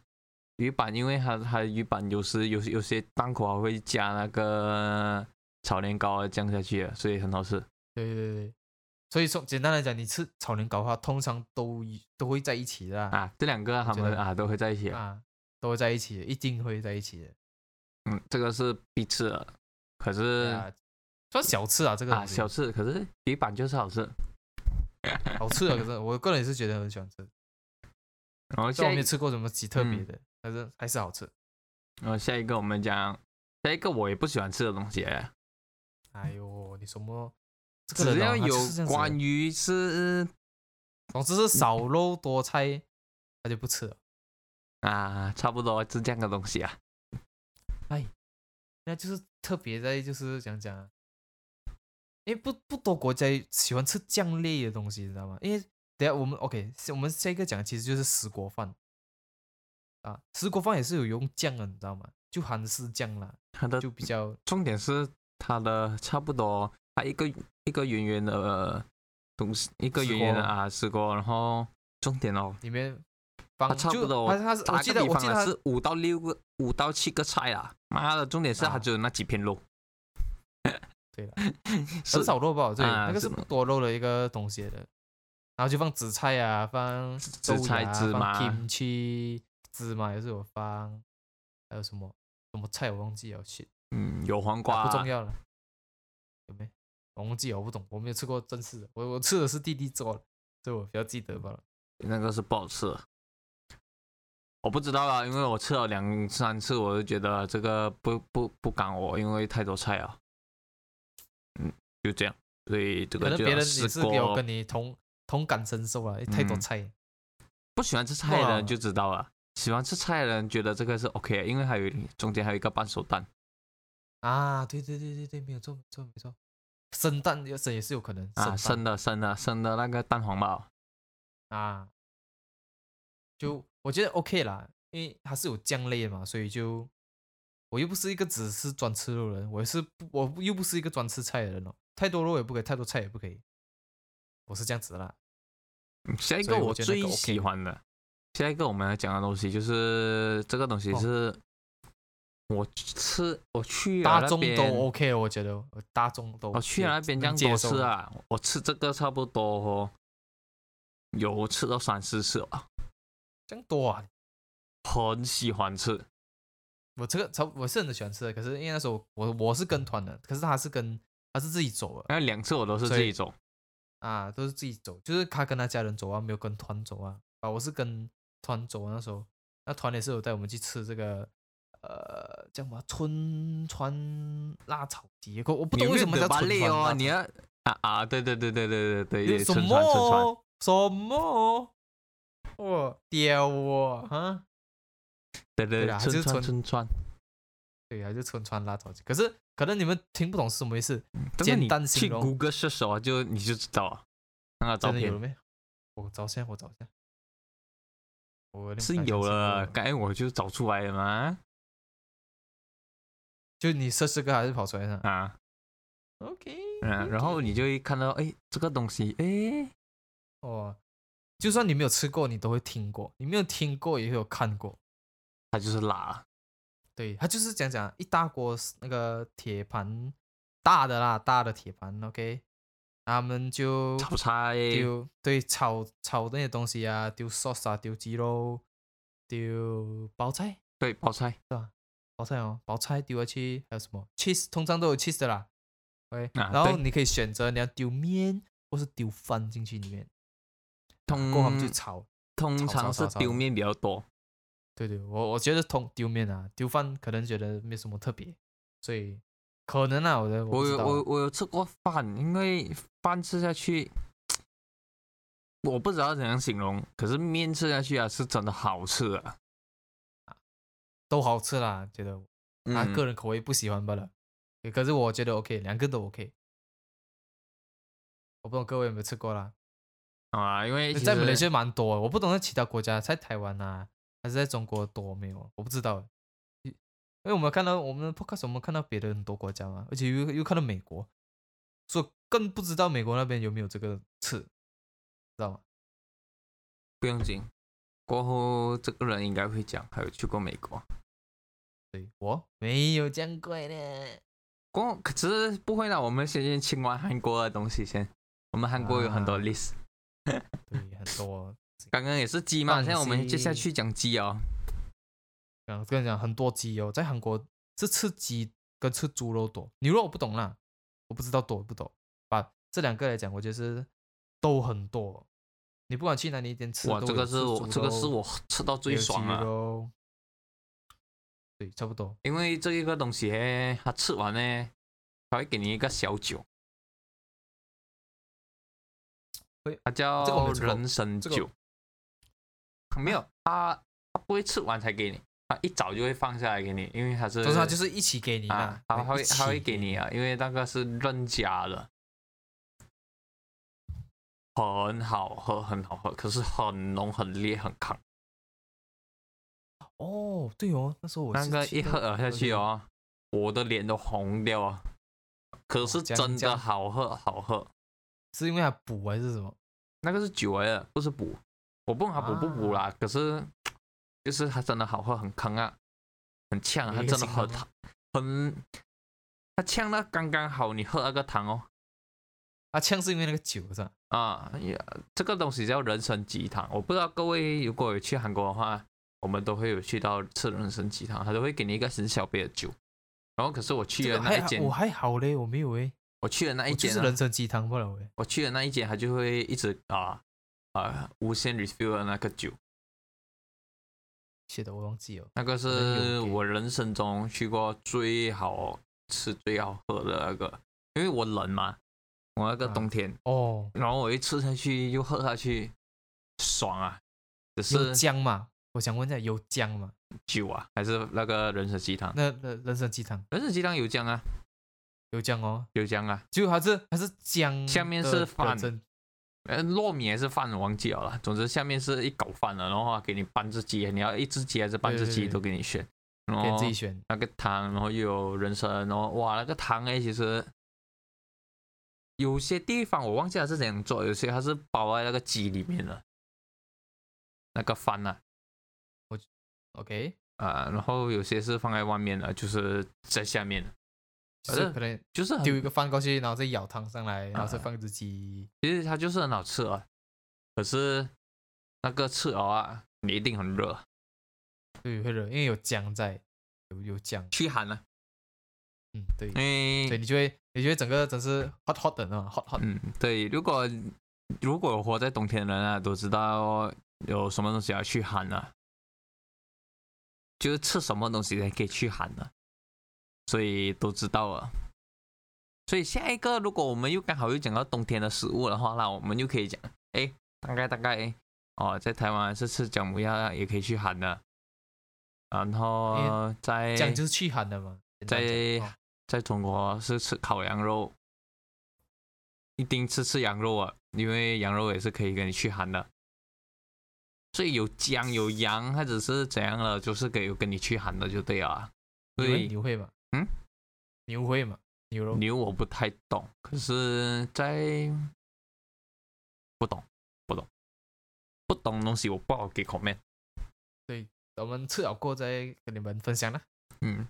B: 鱼板，因为它它的鱼板有时有时有些档口还会加那个炒年糕的酱下去的，啊所以很好吃。
A: 对对对，所以说简单来讲，你吃炒年糕的话，通常都一都会在一起的啊，
B: 啊，这两个他
A: 觉
B: 们
A: 得
B: 啊都会在一起。
A: 啊都会在一起的，一定会在一起的。
B: 嗯，这个是必吃的，可
A: 对
B: 是
A: 啊，算小吃啊，这个
B: 啊
A: 东西
B: 小吃，可是鱼板就是好吃。
A: 好吃啊！可是我个人也是觉得很喜欢 吃，
B: 然后
A: 虽然我
B: 下
A: 没
B: 一
A: 有吃过什么极特
B: 嗯
A: 别的，但是还是好吃。
B: 然后下一个我们讲下一个我也不喜欢吃的东西，啊
A: 哎呦，你什么？这个
B: 只
A: 人
B: 要
A: 哦他
B: 有
A: 就是这样子的
B: 关于是
A: 总之是少肉多菜，他就不吃了。
B: 啊，差不多是这样的东西啊。
A: 那就是特别在就是讲讲啊，因为不不多国家喜欢吃酱类的东西，你知道吗？因为等下我们 OK，我们下一个讲其实就是石锅饭啊，石锅饭也是有用酱啊的，你知道吗？就韩式酱啦，
B: 它的
A: 就比较
B: 重点是它的差不多，它一个一个圆圆的呃东西，一个
A: 石
B: 圆圆的
A: 锅
B: 啊石锅，然后重点哦，
A: 里面放
B: 它差
A: 就
B: 不多
A: 它它是
B: 打
A: 我
B: 个
A: 记得
B: 比
A: 我
B: 方
A: 记得它
B: 啊，是五到六个、五到七个菜啦。妈的，重点是它
A: 啊
B: 只有那几片肉，
A: 对了，
B: 是
A: 很少肉吧？对，
B: 啊
A: 那个是
B: 是
A: 不多肉的一个东西的，然后就放紫菜啊，放
B: 紫
A: 豆
B: 菜、
A: 芽
B: 芝
A: 放
B: 麻、
A: kimchi 芝麻也是有放，还有什么什么菜我忘记了，去
B: 嗯，有黄瓜，
A: 啊不重要了，有没？我忘记了，我不懂，我没有吃过正式的，我我吃的是弟弟做的，所以我比较记得吧。
B: 那个是不好吃的。我不知道啊，因为我吃了两三次，我就觉得这个不不不赶我，因为太多菜啊。嗯，就这样，所以这
A: 可
B: 个
A: 能
B: 就
A: 别人
B: 石
A: 也是有
B: 锅
A: 跟你同同感身受啊，因为太多
B: 嗯
A: 菜。
B: 不喜欢吃菜的
A: 哇
B: 人就知道了，喜欢吃菜的人觉得这个是 OK，的因啊为还有中间还有一个半熟蛋，
A: 啊，对对对对对，没有错没错没错，生蛋也是也是有可能
B: 啊，
A: 生
B: 生的生的生的那个蛋黄堡，
A: 蛋啊，就我觉得 OK 啦，因为它是有酱类的嘛，所以就我又不是一个只是专吃肉的人，我是不我又不是一个专吃菜的人哦，太多肉也不可以，太多菜也不可以，我是这样子的啦。
B: 嗯下一
A: 所
B: 个
A: 以我
B: 我
A: 觉得那
B: 最
A: 个 OK
B: 喜欢的，下一个我们要讲的东西就是这个东西
A: 哦
B: 是，我吃我去了
A: 大
B: 那
A: 众
B: 边
A: 都 OK，我觉得我大众都
B: 我哦去了那边
A: 能
B: 这样
A: 接
B: 多
A: 受
B: 次，啊，我吃这个差不多哦，有吃到三四次啊，
A: 这样多啊！
B: 很喜欢吃，
A: 我这个超我是很喜欢吃的，可是因为那时候我我是跟团的，可是他是跟他是自己走的，
B: 然后两次我都是
A: 所
B: 自
A: 以
B: 己走，
A: 啊，都是自己走，就是他跟他家人走啊，没有跟团走啊。啊，我是跟团走啊那时候，那团也是有带我们去吃这个呃叫什么春川辣炒鸡，可我不
B: 你
A: 懂为什
B: 没有
A: 么
B: 得
A: 叫
B: 巴
A: 春
B: 累
A: 川
B: 哦
A: 辣，
B: 你
A: 炒
B: 要啊啊，对对对对对对对
A: 鸡
B: 对，
A: 什
B: 春川春川。
A: 么什么我屌我啊！
B: 对对
A: 对啦就
B: 村
A: 是
B: 川
A: 村
B: 村川，
A: 对啊，就春川辣炒鸡，可是可能你们听不懂是什么意思，
B: 但是
A: 简
B: 你
A: 单形
B: 去
A: 容
B: 谷歌 search 啊，就你就知道啊，看看照
A: 真的有了
B: 片
A: 没？我找一下，我找一下，我有点
B: 是
A: 不太
B: 有
A: 相信
B: 了，啊
A: 我
B: 刚才我就找出来了嘛
A: 就你设这个还是跑出来的
B: 啊，
A: ？OK，
B: 嗯，然后你就会看到，哎，这个东西，哎，
A: 哦，就算你没有吃过，你都会听过；你没有听过，也会有看过。
B: 它就是辣，
A: 对，它就是讲讲一大锅那个铁盘，大的啦，大的铁盘，OK，他们就
B: 炒菜，
A: 丢对炒炒那些东西啊，丢 sauce 啊，丢鸡肉，丢包菜，
B: 对，包菜
A: 包菜哦，包菜丢下去，还有什么 cheese，通常都有 cheese 的啦。OK，、
B: 啊
A: 然后
B: 对
A: 你可以选择你要丢面或是丢饭进去里面，
B: 通
A: 过后他们就炒。
B: 通
A: 炒
B: 常
A: 炒
B: 是
A: 炒炒
B: 丢面比较多，
A: 对对，我我觉得通丢面啊，丢饭可能觉得没什么特别，所以可能啊，我的我
B: 我
A: 不知
B: 有
A: 道啊
B: 我有我有吃过饭，因为饭吃下去，我不知道怎样形容，可是面吃下去啊，是真的好吃啊，
A: 都好吃啦，觉得啊
B: 嗯
A: 个人口味不喜欢罢了。对可是我觉得 OK，两个都 OK。我不懂各位有没有吃过啦，
B: 啊，因为其
A: 在马来
B: 实
A: 西亚蛮多的，我不懂在其他国家，在台湾啊还是在中国多没有，我不知道。因为我们看到我们的 podcast，我们看到别的很多国家嘛，而且又又看到美国，所以更不知道美国那边有没有这个吃，知道吗？
B: 不用紧，过后这个人应该会讲，还有去过美国，
A: 对我没有这样怪的。
B: 过后可是不会啦，我们先先清完韩国的东西先，我们韩国有很多
A: 啊
B: list，、
A: 对，很多。
B: 刚刚也是鸡嘛，
A: 放
B: 现在我们接下
A: 心
B: 去讲鸡哦，
A: 我跟你讲，很多鸡哦，在韩国是吃鸡跟吃猪肉多，牛肉我不懂啦，我不知道多不多。把这两个来讲，我觉得是都很多。你不管去哪里一天吃，
B: 哇，
A: 都
B: 这
A: 有
B: 个是
A: 吃
B: 我
A: 猪
B: 这个是
A: 肉
B: 我吃到最
A: 也有
B: 爽啊
A: 鸡
B: 了，
A: 肉对，差不多。
B: 因为这一个东西呢它吃完呢，它会给你一个小酒
A: 会，
B: 它叫
A: 这个我没吃过
B: 人参
A: 这啊个
B: 酒，没有它它不会吃完才给你，它一早就会放下来给你，因为它是
A: 总之它就是一起给你
B: 啊
A: 啦，，
B: 它它会
A: 一起
B: 它会给你啊，因为那个是认家的，很好喝，很好喝，可是很浓、很烈、很扛。
A: 哦，对哦，那时候我
B: 那
A: 是
B: 个
A: 去
B: 一喝下去，哦，我的脸都红掉啊！可是
A: 哦这样
B: 真
A: 这
B: 的
A: 样
B: 好喝，好喝。
A: 是因为它补还是什么？
B: 那个是酒来的，不是补。我不懂它补不补
A: 啊
B: 啦，可是就是它真的好喝，很坑啊，很呛啊，它
A: 有一个
B: 真的
A: 形
B: 很
A: 容吗
B: 很，它呛到刚刚好，你喝那个糖哦。
A: 啊，呛是因为那个酒是吧？
B: 啊，也这个东西叫人参鸡汤，我不知道各位如果有去韩国的话，我们都会有去到吃人参鸡汤，他都会给你一个很小杯的酒。然后可是我去
A: 这
B: 了
A: 个
B: 那
A: 还
B: 一
A: 好
B: 间，
A: 我还好嘞，我没有诶，
B: 我去了那一
A: 我就
B: 间
A: 是
B: 啊、
A: 人参鸡汤不了欸诶。
B: 我去了那一间，他就会一直啊啊无限 refill 的那个酒，
A: 写的我忘记了。
B: 那个
A: 好像有
B: 是
A: 给
B: 我人生中去过最好吃、最好喝的那个，因为我冷嘛，我那个
A: 啊
B: 冬天，
A: 哦，
B: 然后我一吃下去又喝下去，爽啊！只
A: 有
B: 是
A: 姜嘛？我想问一下，有姜嘛？
B: 酒啊，还是那个人参鸡汤？
A: 那那人参鸡汤
B: 人参鸡汤有姜啊，
A: 有姜哦，
B: 有姜啊。
A: 就还是还是姜
B: 下面
A: 的
B: 是
A: 人
B: 饭
A: 参
B: 呃，糯米还是饭，我忘记了啦。总之下面是一口饭了，然后给你半只鸡，你要一只鸡还是半只
A: 对对
B: 鸡
A: 对
B: 都给你选。然
A: 给你
B: 后
A: 自己选，
B: 那个汤，然后又有人参，然后哇，那个汤哎，其实有些地方我忘记它是怎样做，有些它是包在那个鸡里面的那个饭啊。
A: OK，
B: 啊、然后有些是放在外面的，就是在下面的，
A: 就
B: 反
A: 是
B: 正
A: 可能
B: 就是很
A: 丢一个饭过去，然后再舀汤上来，然后再
B: 啊
A: 放一只鸡。
B: 其实它就是很好吃啊，可是那个刺鹅啊，你一定很热。
A: 对，会热，因为有姜在，有有姜，
B: 驱寒啊，
A: 嗯，对，
B: 因
A: 所以
B: 为
A: 你就会，你就会整个真是 hot hot 的那种 hot hot，
B: 嗯，对，如果如果有活在冬天的人啊，都知道有什么东西要驱寒啊，就是吃什么东西才可以驱寒呢、所以都知道了。所以下一个，如果我们又刚好又讲到冬天的食物的话，那我们就可以讲，哎，大概大概哦，在台湾是吃姜母鸭也可以驱寒的，然后在
A: 姜就是去寒的嘛。简单讲
B: 哎
A: 哦
B: 在在中国是吃烤羊肉，一定是吃羊肉啊，因为羊肉也是可以给你去寒的。所以有姜有羊，它只是怎样了，就是给有跟你去寒的就对了啊。
A: 哦
B: 所
A: 你会
B: 以
A: 牛会嘛？
B: 嗯，
A: 牛会嘛？牛肉
B: 牛我不太懂，可是在不懂不懂不懂的东西我不好给 comment。
A: 我们吃了过再跟你们分享啦。
B: 嗯，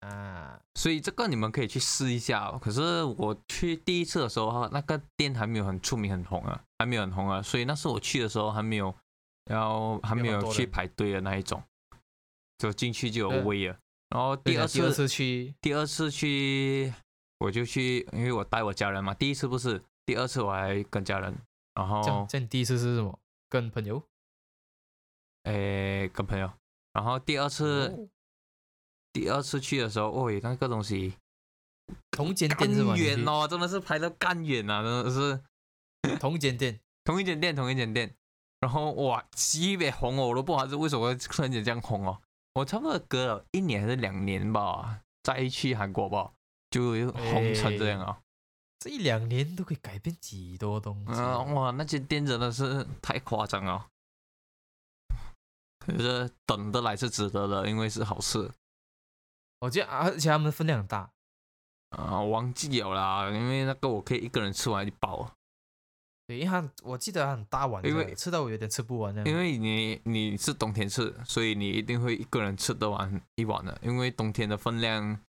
A: 啊，
B: 所以这个你们可以去试一下、哦。可是我去第一次的时候，那个店还没有很出名、很红啊，还没有很红啊，所以那时候我去的时候还没有，然后还没
A: 没有很
B: 有
A: 多
B: 去
A: 人
B: 排队的那一种，就进去就有
A: 对
B: 位了。然后
A: 对
B: 第
A: 啊
B: 二
A: 第二
B: 次
A: 次去
B: 第二次去，我就去，因为我带我家人嘛。第一次不是，第二次我还跟家人，然
A: 这样
B: 后
A: 这样，第一次是什么？跟朋友
B: 诶跟朋友，然后第二次、
A: 哦
B: 第二次去的时候，哦，那个东西
A: 同间
B: 干
A: 店是吗？你
B: 远
A: 去
B: 哦，真的是排到干远啊，真的是。
A: 同间店，
B: 同一间店，同一间店。然后哇，级别红哦，我都不好意思，为什么会突然间这样红哦？我差不多隔了一年还是两年吧，再去韩国吧，就红成这样哦。
A: 这一两年都可以改变几多东西
B: 嗯、。哇，那间店真的是太夸张了。可是等得来是值得的，因为是好事
A: 我觉得，啊而且他们分量很大，
B: 啊、我忘记了啦，因为那个我可以一个人吃完一包哦，
A: 对，因为它我记得它很大碗的，
B: 因为
A: 吃到我有点吃不完那样。
B: 因为你你是冬天吃，所以你一定会一个人吃得完一碗的，因为冬天的分量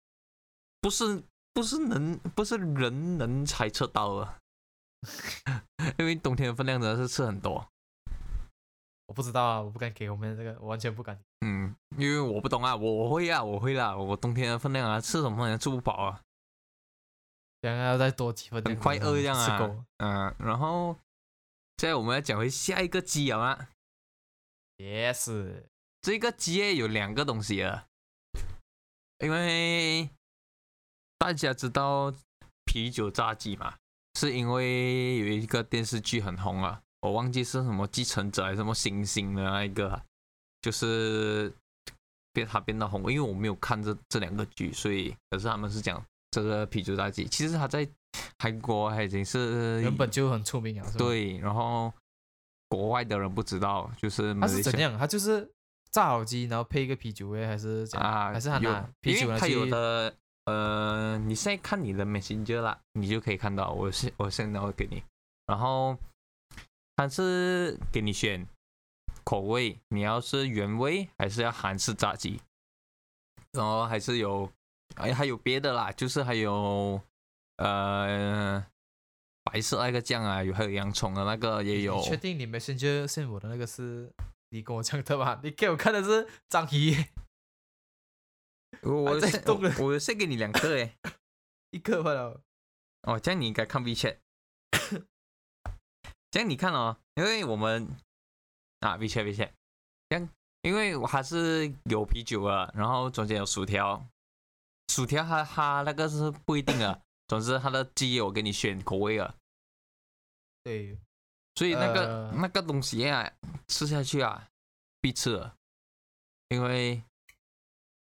B: 不是不是能不是人能猜测到的， 因为冬天的分量真的是吃很多，
A: 我不知道啊，我不敢给我们这个，我完全不敢。
B: 嗯，因为我不懂啊，我我会啊，我会啦，我冬天的分量啊，吃什么也吃不饱啊，
A: 想要再多几分钟，
B: 很快饿这样
A: 吃够
B: 啊
A: 了。
B: 嗯、然后现在我们要讲回下一个鸡啊，
A: Yes，
B: 这个鸡耶有两个东西啊，因为大家知道啤酒炸鸡嘛，是因为有一个电视剧很红啊，我忘记是什么继承者还是什么星星的那一个啊、就是变它变得红，因为我没有看这这两个剧，所以可是他们是讲这个啤酒炸鸡，其实它在韩国还已经是
A: 原本就很出名啊。是吧，
B: 对，然后国外的人不知道，就是
A: 它
B: 马
A: 是
B: 来西
A: 怎
B: 亚
A: 样？它就是炸好鸡，然后配一个啤酒味，还是怎样？
B: 啊，
A: 还是他
B: 有
A: 拿啤
B: 因
A: 酒
B: 为
A: 来
B: 他有
A: 去
B: 的呃，你现在看你的 Messenger 啦，你就可以看到，我现我现在会给你，然后它是给你选口味，你要是原味还是要韩式炸鸡，然后还是有哎还有别的啦，就是还有呃白色那个酱啊，有还有洋葱的那个也
A: 你
B: 有
A: 你，确定你 Messenger 现我的那个是你跟我讲的吧？ 你给我看的是章鱼
B: 我我
A: 还在
B: send-
A: 动了
B: 我我先给你两个诶，
A: 一个罢了。
B: 哦，这样你应该看 WeChat。这样你看哦，因为我们啊 WeChat WeChat，这样因为我还是有啤酒啊，然后中间有薯条，薯条它它那个是不一定的，总之它的鸡有给你选口味啊，
A: 对，
B: 所以那个、
A: 呃
B: 那个东西啊，吃下去啊必吃的，因为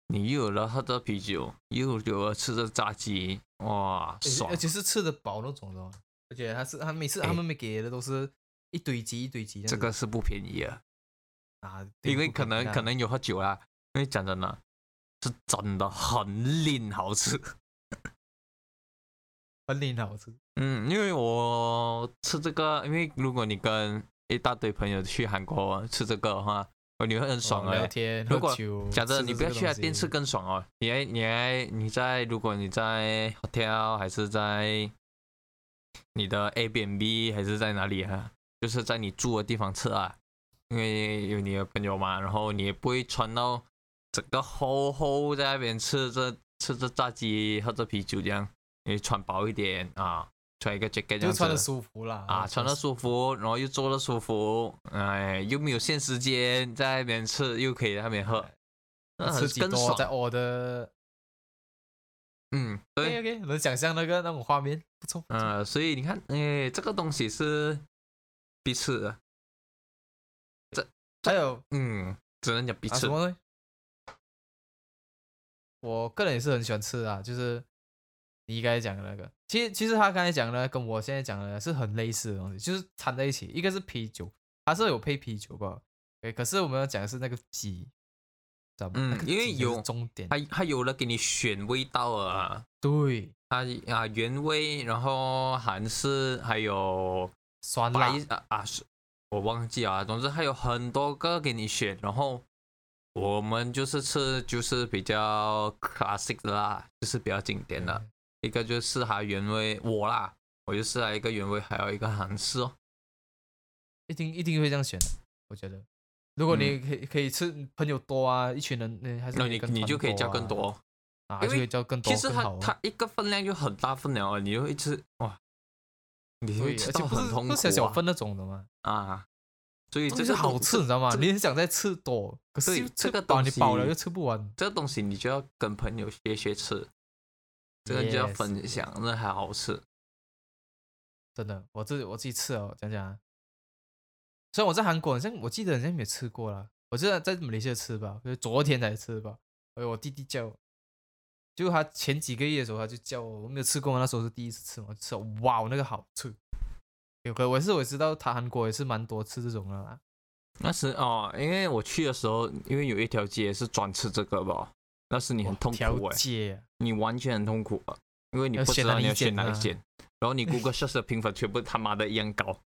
B: 你又有了喝着啤酒，又有了吃着炸鸡，哇
A: 而且
B: 爽
A: 而！且是吃得饱那种的哦，而且他是他每次
B: 哎
A: 他们每给的都是一堆鸡一堆鸡样
B: 这
A: 子
B: 个是不便宜啊。
A: 啊，对
B: 因为
A: 不
B: 可能
A: 宜啊
B: 可能有喝酒啦，因为讲真的，是真的很令好吃。
A: 很厉害好吃。
B: 嗯，因为我吃这个，因为如果你跟一大堆朋友去韩国吃这个的话，哦你会很爽
A: 哦
B: 的、
A: 聊天
B: 如果
A: 喝酒，
B: 讲真的，
A: 吃
B: 你
A: 着
B: 不要
A: 这个
B: 去啊，
A: 东
B: 店
A: 西
B: 吃更爽哦。你还你还你在，如果你在 hotel 还是在你的 Airbnb 还是在哪里啊？就是在你住的地方吃啊，因为有你的朋友嘛，然后你也不会穿到整个厚厚在那边吃这吃这炸鸡喝这啤酒这样，你穿薄一点啊，穿一个 jacket 这
A: 就
B: 样
A: 穿的
B: 子。
A: 舒服啦
B: 啊，穿的舒服，然后又坐的舒服，哎，又没有限时间，在那边吃又可以在那边喝，那很
A: 吃几
B: 更
A: 多
B: 爽
A: 再。order。
B: 嗯，对，
A: OK，能想象那个那种画面，不错。不错
B: 呃，所以你看，哎，这个东西是必吃的，
A: 还有
B: 嗯，只能讲必
A: 啊
B: 吃
A: 什。么东西？我个人也是很喜欢吃的啊，就是你刚才讲的那个，其实其实他刚才讲的跟我现在讲的是很类似的东西，就是掺在一起，一个是啤酒，它是有配啤酒吧？对，可是我们要讲的是那个鸡，知道吗？
B: 嗯
A: 那个
B: 因为
A: 鸡就是
B: 有
A: 重点，
B: 它它有了给你选味道啊，
A: 对，
B: 它啊原味，然后韩式，还有
A: 酸辣
B: 白啊啊，是我忘记啊，总之还有很多个给你选，然后我们就是吃就是比较 classic 的啦，就是比较经典
A: 嗯
B: 的。一个就试它原味，我啦，我就试了一个原味，还有一个韩式哦。
A: 一定一定会这样选的，我觉得。如果你可以可以吃朋友多啊，一群人，嗯还是
B: 嗯那
A: 可以
B: 你
A: 跟
B: 你
A: 团
B: 就可以叫更
A: 多
B: 多
A: 啊，啊，
B: 哦。因
A: 就
B: 为
A: 可以叫更多
B: 其实
A: 更
B: 它
A: 好啊。
B: 它一个分量就很大分量哦，你就会吃哇，你
A: 对，
B: 会
A: 而
B: 吃
A: 且
B: 到
A: 不
B: 很
A: 是
B: 痛
A: 不
B: 苦
A: 是小小
B: 啊
A: 份那种的嘛，
B: 啊。所以
A: 这
B: 这
A: 是
B: 个
A: 好
B: 东
A: 吃，你知道吗？
B: 这
A: 你很想再吃多，可是
B: 对
A: 又
B: 这
A: 吃
B: 个
A: 饱，
B: 东
A: 你饱了
B: 西
A: 又吃不完。
B: 这个东西你就要跟朋友学学吃，这个就要
A: Yes
B: 分享，那还好吃。
A: 真的，我自己我自己吃哦，讲讲啊。虽然我在韩国，好像我记得好像没吃过啦，我记得在马来西亚吃吧，就是昨天才吃吧。哎，我弟弟叫我，就他前几个月的时候他就叫我，我没有吃过嘛，那时候是第一次吃嘛，我就吃了哇，那个好吃。有可我也是我知道，他韩国也是蛮多吃这种的啦。
B: 那时哦，因为我去的时候，因为有一条街是专吃这个吧，那时你很
A: 哇
B: 痛
A: 调
B: 苦哎、
A: 节啊，
B: 你完全很痛苦啊，因为你
A: 要
B: 不知
A: 选
B: 道
A: 哪
B: 你
A: 一
B: 要选
A: 间
B: 哪一
A: 啊
B: 间，然后你 Google Search 的评分全部他妈的一样高。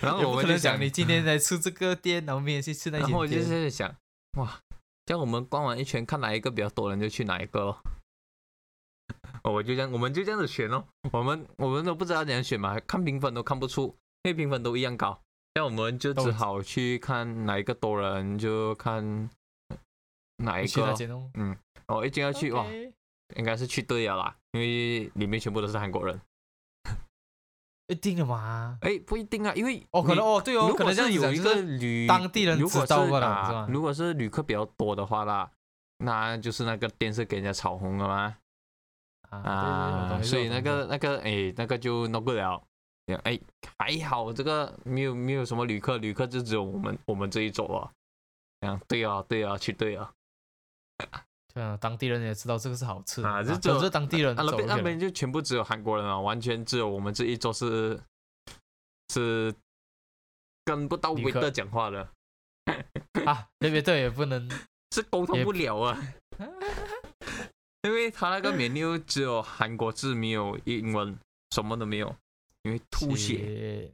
B: 然
A: 也
B: 后
A: 不可
B: 我们就
A: 能讲你今天来吃这个店，然后明天去吃那
B: 然后我
A: 间
B: 就
A: 店。
B: 在想，哇，这样我们逛完一圈，看哪一个比较多人就去哪一个咯。哦我就这样，我们就这样子选咯。我们我们都不知道怎样选嘛，看评分都看不出，因为评分都一样高。那我们就
A: 都
B: 只好去看哪一个多人，就看哪一
A: 去
B: 个
A: 那
B: 咯。
A: 间哦。
B: 哦，一定要去哇，
A: OK
B: 应该是去对了啦，因为里面全部都是韩国人。
A: 一定的嘛。
B: 哎，不一定啊，因为
A: 哦，可
B: 你
A: 能哦，对哦，
B: 如
A: 可
B: 果
A: 能这样
B: 是
A: 子讲
B: 有一
A: 就
B: 个
A: 是
B: 旅
A: 当地人
B: 如果
A: 知道
B: 是
A: 过了
B: 啊
A: 是吧
B: 如果是旅客比较多的话啦，那就是那个电视给人家炒红了嘛
A: 啊对对对我懂你这
B: 啊所以
A: 种
B: 那
A: 感
B: 个那个哎，那个就弄不了。哎，还好这个没有没有什么旅客，旅客就只有我们我们这一组啊。这样对啊对啊，去对啊，
A: 觉对啊，当地人也知道这个是好吃的
B: 啊就只有
A: 可是当地人
B: 啊那
A: 走
B: 边那
A: 了
B: 边就全部只有韩国人啊，完全只有我们这一桌是是跟不到
A: 旅
B: 维
A: 客
B: 特讲话的，
A: 啊， 那边对也不能
B: 是沟通
A: 也
B: 不了 啊。因为他那个 menu 只有韩国字，没有英文，什么都没有，因为吐血。
A: 血，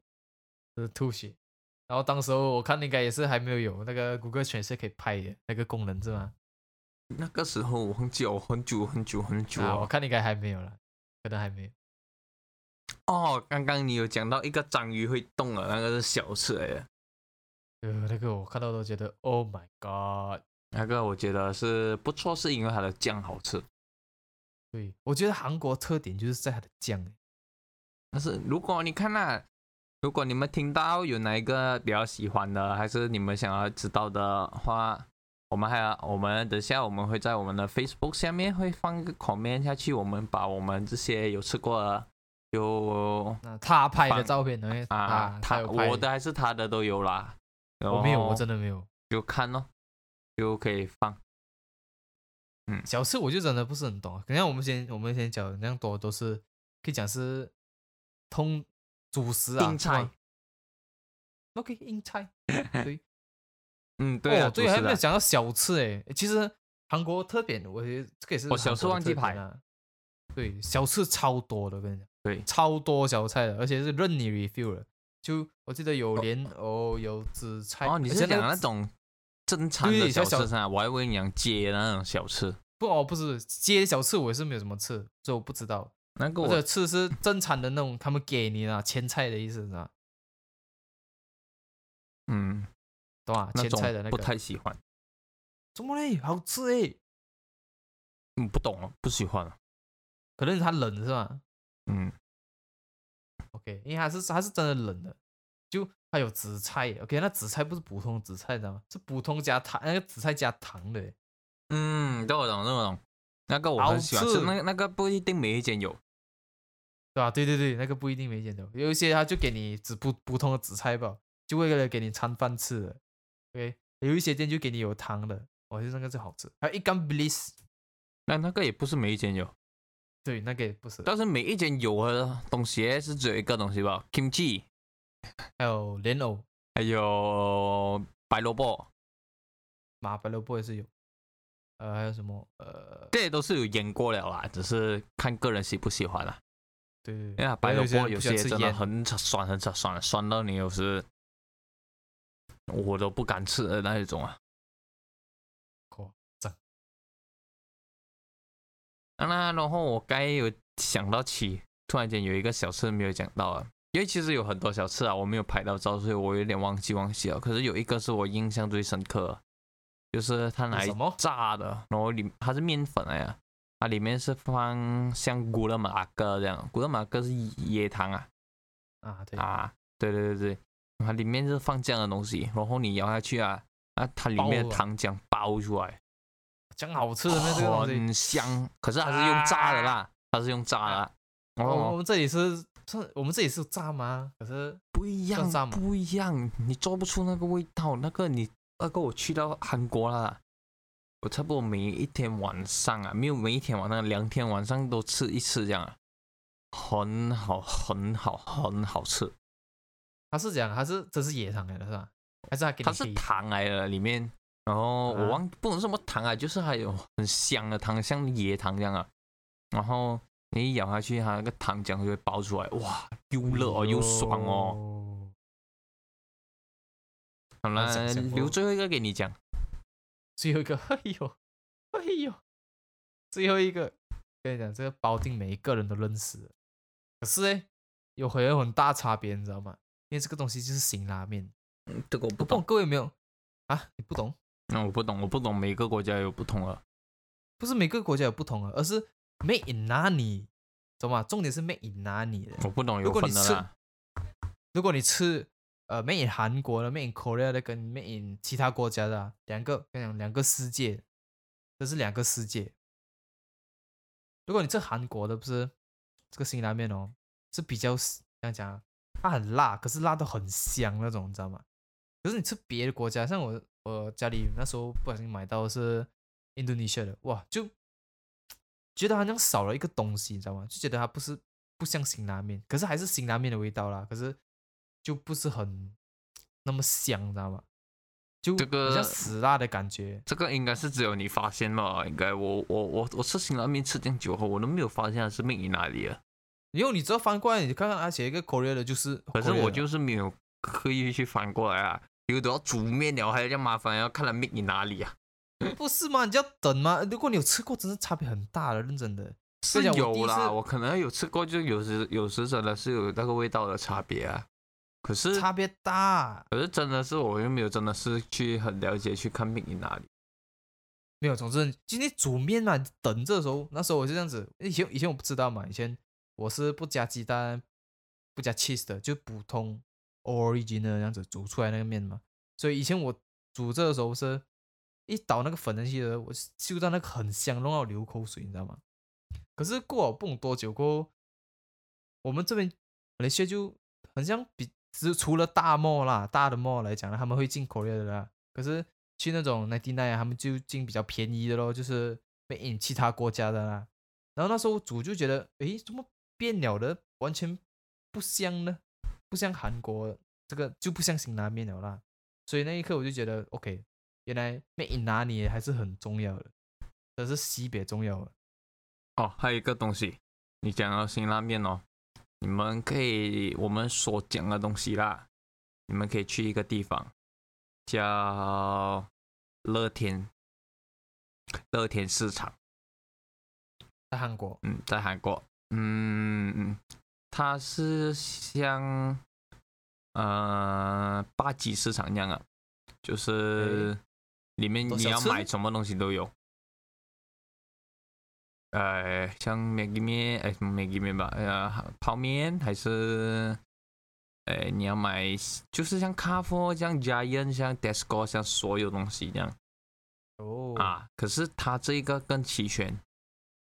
A: 就是吐血。然后当时候我看应该也是还没有有那个谷歌全是可以拍的那个功能是吗？
B: 那个时候我很久很久很久很久
A: 啊，我
B: 哦。
A: 看应该还没有了，可能还没有。
B: 哦，刚刚你有讲到一个章鱼会动了，那个是小吃来的，
A: 呃，那个我看到都觉得 Oh my God！
B: 那个我觉得是不错，是因为它的酱好吃。
A: 对，我觉得韩国特点就是在它的酱，欸
B: 但是如果你看啊，如果你们听到有哪一个比较喜欢的，还是你们想要知道的话，我们还有我们等下我们会在我们的 Facebook 下面会放一个 comment 下去，我们把我们这些有吃过的有
A: 那他拍的
B: 放
A: 照片呢？因为
B: 啊，
A: 他
B: 他
A: 有拍
B: 我的还哦是他的都有啦。
A: 我没有，我
B: 然后
A: 真的没有。
B: 就看咯，就可以放。
A: 小吃我就真的不是很懂啊。可能我们先我们先讲那样多都是可以讲是通主食啊，
B: 硬菜
A: 是吗。OK，硬菜。对，
B: 嗯，对啊，
A: 哦，
B: 主
A: 对，还
B: 食
A: 没有
B: 的
A: 讲到小吃诶。其实韩国特点，我觉得这个也是
B: 哦小
A: 韩
B: 吃
A: 国的
B: 忘记
A: 特点啊。对，小吃超多的，我跟你讲，
B: 对
A: 超多小菜的，而且是任你 review 的。就我记得有
B: 哦
A: 莲藕，有紫菜。
B: 哦，你
A: 而
B: 是
A: 且
B: 讲
A: 个
B: 那种正常
A: 对
B: 的
A: 对
B: 小
A: 小小
B: 吃噻？我还以为你讲街的那种小吃，
A: 不哦，不是街小吃，我也是没有什么吃，所以我不知道。
B: 那个
A: 或
B: 我
A: 者吃是正常的那种，他们给你啦，前菜的意思是吧？
B: 嗯。
A: 懂吧？
B: 那
A: 前
B: 种
A: 菜的那
B: 不
A: 个，
B: 太喜欢，
A: 怎么嘞？好吃诶，
B: 嗯，不懂了，不喜欢了，
A: 可能它冷是吧
B: 嗯，
A: ？OK，因为它是它是真的冷的，就它有紫菜，OK，那紫菜不是普通紫菜，知道吗？是普通加糖，那个紫菜加糖的，
B: 嗯，这我懂，这我懂，那个我很喜欢
A: 好
B: 吃，
A: 吃
B: 那个那个不一定每一间有，
A: 对吧？对对对，那个不一定没见到，有一些它就给你只普普通的紫菜吧，就为了给你掺饭吃的，OK，有一些店就给你有糖的，我觉得那个就好吃。还有一干 bliss，
B: 那那个也不是每一间有，
A: 对，那个也不是，
B: 但是每一间有的东西是只有一个东西吧，kimchi，
A: 还有莲藕、
B: 还有白萝卜，
A: 马白萝卜也是有，呃，还有什么呃，
B: 这些都是有腌过了啦，只是看个人喜不喜欢啦。
A: 对对
B: 因
A: 对，
B: 为白萝卜有
A: 有些人不喜欢吃
B: 些真的
A: 腌
B: 很酸，很酸，酸到你有时我都不敢吃的那一种啊。
A: 过
B: 啊，那然后我刚才有想到起，突然间有一个小吃没有讲到啊，因为其实有很多小吃啊，我没有拍到照，所以我有点忘记忘记了。可是有一个是我印象最深刻的，就是它拿来
A: 什么
B: 炸的，然后里它是面粉来的，它里面是放像古勒马哥这样，古勒马哥是椰糖啊
A: 啊，对，
B: 啊，对对对对，它里面是放这样的东西，然后你咬下去啊，啊，它里
A: 爆
B: 面的
A: 了
B: 糖浆爆出来，
A: 讲好吃的咩这个东西？
B: 很香，可是它是用炸的啦，它是用炸的啦。
A: 我我
B: 哦，
A: 们这里是算我们这里是有炸吗？可是
B: 不一
A: 像炸
B: 样，
A: 吗
B: 不一样，你做不出那个味道。那个你那个我去到韩国啦，我差不多每一天晚上啊，没有每一天晚上，两天晚上都吃一次这样啊，很好，很好，很好吃。
A: 他是讲他是这是野糖来的是吧？还是他给你
B: 它是
A: 黑
B: 糖来的里面，然后我
A: 啊
B: 忘不能什么糖啊，就是还有很香的糖，像椰糖这样啊。然后你一咬下去，它那个糖浆就会爆出来，哇，又热哦，
A: 哎
B: 又爽哦。
A: 哦？
B: 好
A: 好
B: 了
A: 想，象哦
B: 留最后一个给你讲，
A: 最后一个， 哎呦，哎呦，最后一个，跟你讲，这个包定每一个人都认识的，可是呢，有很有很大差别，你知道吗？因为这个东西就是辛拉面，
B: 这个我不
A: 不懂，各位有没有啊？你不懂？
B: 那我不懂，我不懂，每个国家有不同的。
A: 不是每个国家有不同啊，而是 Made in 哪里？懂吗？重点是 Made in 哪里的。
B: 我不懂
A: 如
B: 有
A: 果
B: 分
A: 你
B: 的
A: 吃
B: 啦。
A: 如果你吃呃 Made in 韩国的、Made in Korea 的跟 Made in 其他国家的啊、两个，跟你讲两个世界，这是两个世界。如果你吃韩国的，不是这个辛拉面哦，是比较这样讲啊，它很辣，可是辣到很香那种，你知道吗？可是你吃别的国家，像我我家里那时候不小心买到的是印度尼西亚的，哇，就觉得好像少了一个东西，你知道吗？就觉得它不是不像辛拉面，可是还是辛拉面的味道啦，可是就不是很那么香，你知道吗？就
B: 这
A: 比较
B: 个
A: 死辣的感觉。
B: 这个应该是只有你发现了，应该我我我我吃辛拉面吃这样久后，我都没有发现它是命于哪里了。
A: 然后你只要翻过来，你看看啊它写一个 Korea 的，就是
B: 可
A: Korea 的。
B: 是我就是没有刻意去翻过来啊，有的要煮面了，还要这样麻烦，要看它命于哪里啊？
A: 不是嘛？你就要等嘛。如果你有吃过，真的差别很大的，认真的。
B: 是
A: 跟你讲我第
B: 有
A: 一
B: 啦，
A: 次
B: 我可能有吃过，就有时有时真的是有那个味道的差别啊。可是
A: 差别大，
B: 可是真的是我又没有真的是去很了解去看命于哪里。
A: 没有。总之，今天煮面嘛，等这时候，那时候我是这样子。以前以前我不知道嘛，以前我是不加鸡蛋、不加 cheese 的，就普通 origin 的那样子煮出来那个面嘛。所以以前我煮这的时候是，一倒那个粉进去的，我嗅到那个很香，弄到我流口水，你知道吗？可是过了不懂多久过后，我们这边马来西亚就很像比只除了大漠啦，大的漠来讲，他们会进 Korea 的啦。可是去那种 ninety nine 啊，他们就进比较便宜的咯，就是被引其他国家的啦。然后那时候我煮就觉得，诶，怎么变了的，完全不香呢？不像韩国这个就不像辛拉面了啦。所以那一刻我就觉得，OK，原来 made in 哪里还是很重要的，这是西北重要的。
B: 哦，还有一个东西，你讲到辛拉面哦，你们可以我们所讲的东西啦，你们可以去一个地方叫乐天，乐天市场，
A: 在韩国，
B: 嗯，在韩国，嗯嗯，它是像呃八级市场一样啊，就是里面
A: 多
B: 你
A: 小
B: 要
A: 吃
B: 买什么东西都有。呃，像 Maggi 面，哎，什么 Maggi 面吧，呃，泡面还是，哎，你要买，就是像 Carrefour、像 Giant、像 Tesco、像所有东西这样。
A: 哦，
B: 啊，可是它这个更齐全，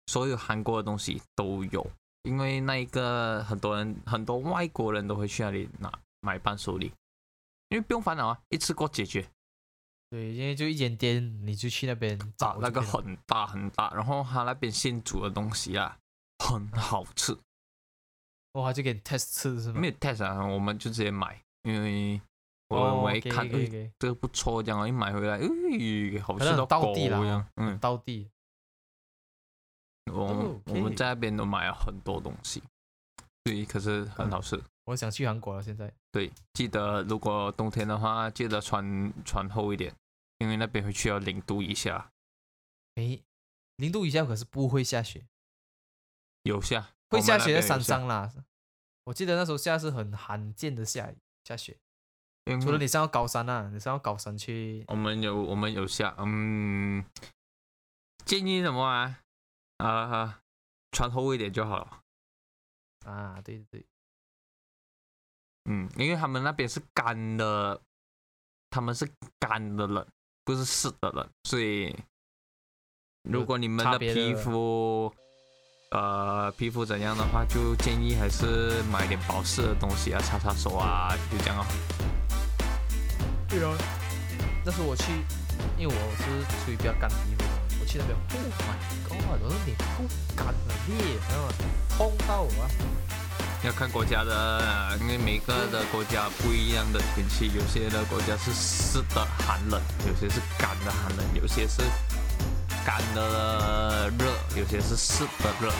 B: 所有韩国的东西都有，因为那一个很多人很多外国人都会去那里拿买伴手礼，因为不用烦恼啊，一次过解决。
A: 对，因为就一间店，你就去那边
B: 啊
A: 找，
B: 那
A: 就
B: 个
A: 可以了
B: 很大很大，然后他那边现煮的东西啊，很好吃，
A: 哇，就给你 test 吃是吗？
B: 没有 test 啊，我们就直接买，因为我、
A: 哦
B: 我一
A: ，OK，
B: 看，
A: 可以
B: 哎，
A: 可以
B: 这个不错，这样我一买回来，哎，好
A: 可能
B: 吃
A: 很
B: 到
A: 道
B: 狗
A: 地
B: 一
A: 啦哦
B: 样，嗯，
A: 到地
B: 我们、
A: 哦
B: 我们
A: ，OK
B: 在那边都买了很多东西，对，可是很好吃。
A: 我想去韩国了，现在
B: 对，记得如果冬天的话，记得穿穿厚一点，因为那边会去到零度以下，
A: 诶，零度以下可是不会下雪，
B: 有下
A: 会下雪在
B: 山
A: 山，上啦。我记得那时候下是很罕见的下雨下雪，
B: 因
A: 除了
B: 为
A: 你上到高山啊，你上到高山去
B: 嗯我们有我们有下，嗯，建议什么啊？啊、穿厚一点就好了。
A: 啊，对对对，
B: 嗯，因为他们那边是干的，他们是干的冷，不是湿的冷，所以如果你们
A: 差
B: 的
A: 别
B: 皮
A: 的
B: 肤，呃，皮肤怎样的话，就建议还是买点保湿的东西啊，擦擦手啊，就这样哦。
A: 对哦。那时候我去，因为我是属于比较干的皮肤嘛，我去那边，Oh my God，我说脸不干了，裂，然后痛到我啊。
B: 要看国家的，因为每个的国家不一样的天气，有些的国家是湿的寒冷，有些是干的寒冷，有些是干的热，有些是湿的热。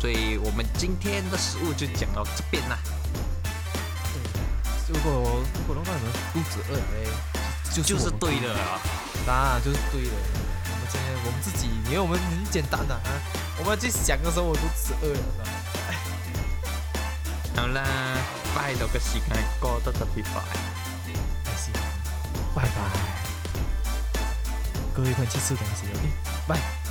B: 所以我们今天的食物就讲到这边啦。
A: 对，如果如果弄到你们肚子饿了嘞，就
B: 就是是
A: 我们
B: 对的啊，
A: 当然就是对的。我们今天我们自己，因为我们很简单的啊，我们去想的时候我肚子饿了知道吗。
B: 好啦，拜到嘅時間過得特別快，
A: 开心，拜拜。各位快去吃东西，OK，拜。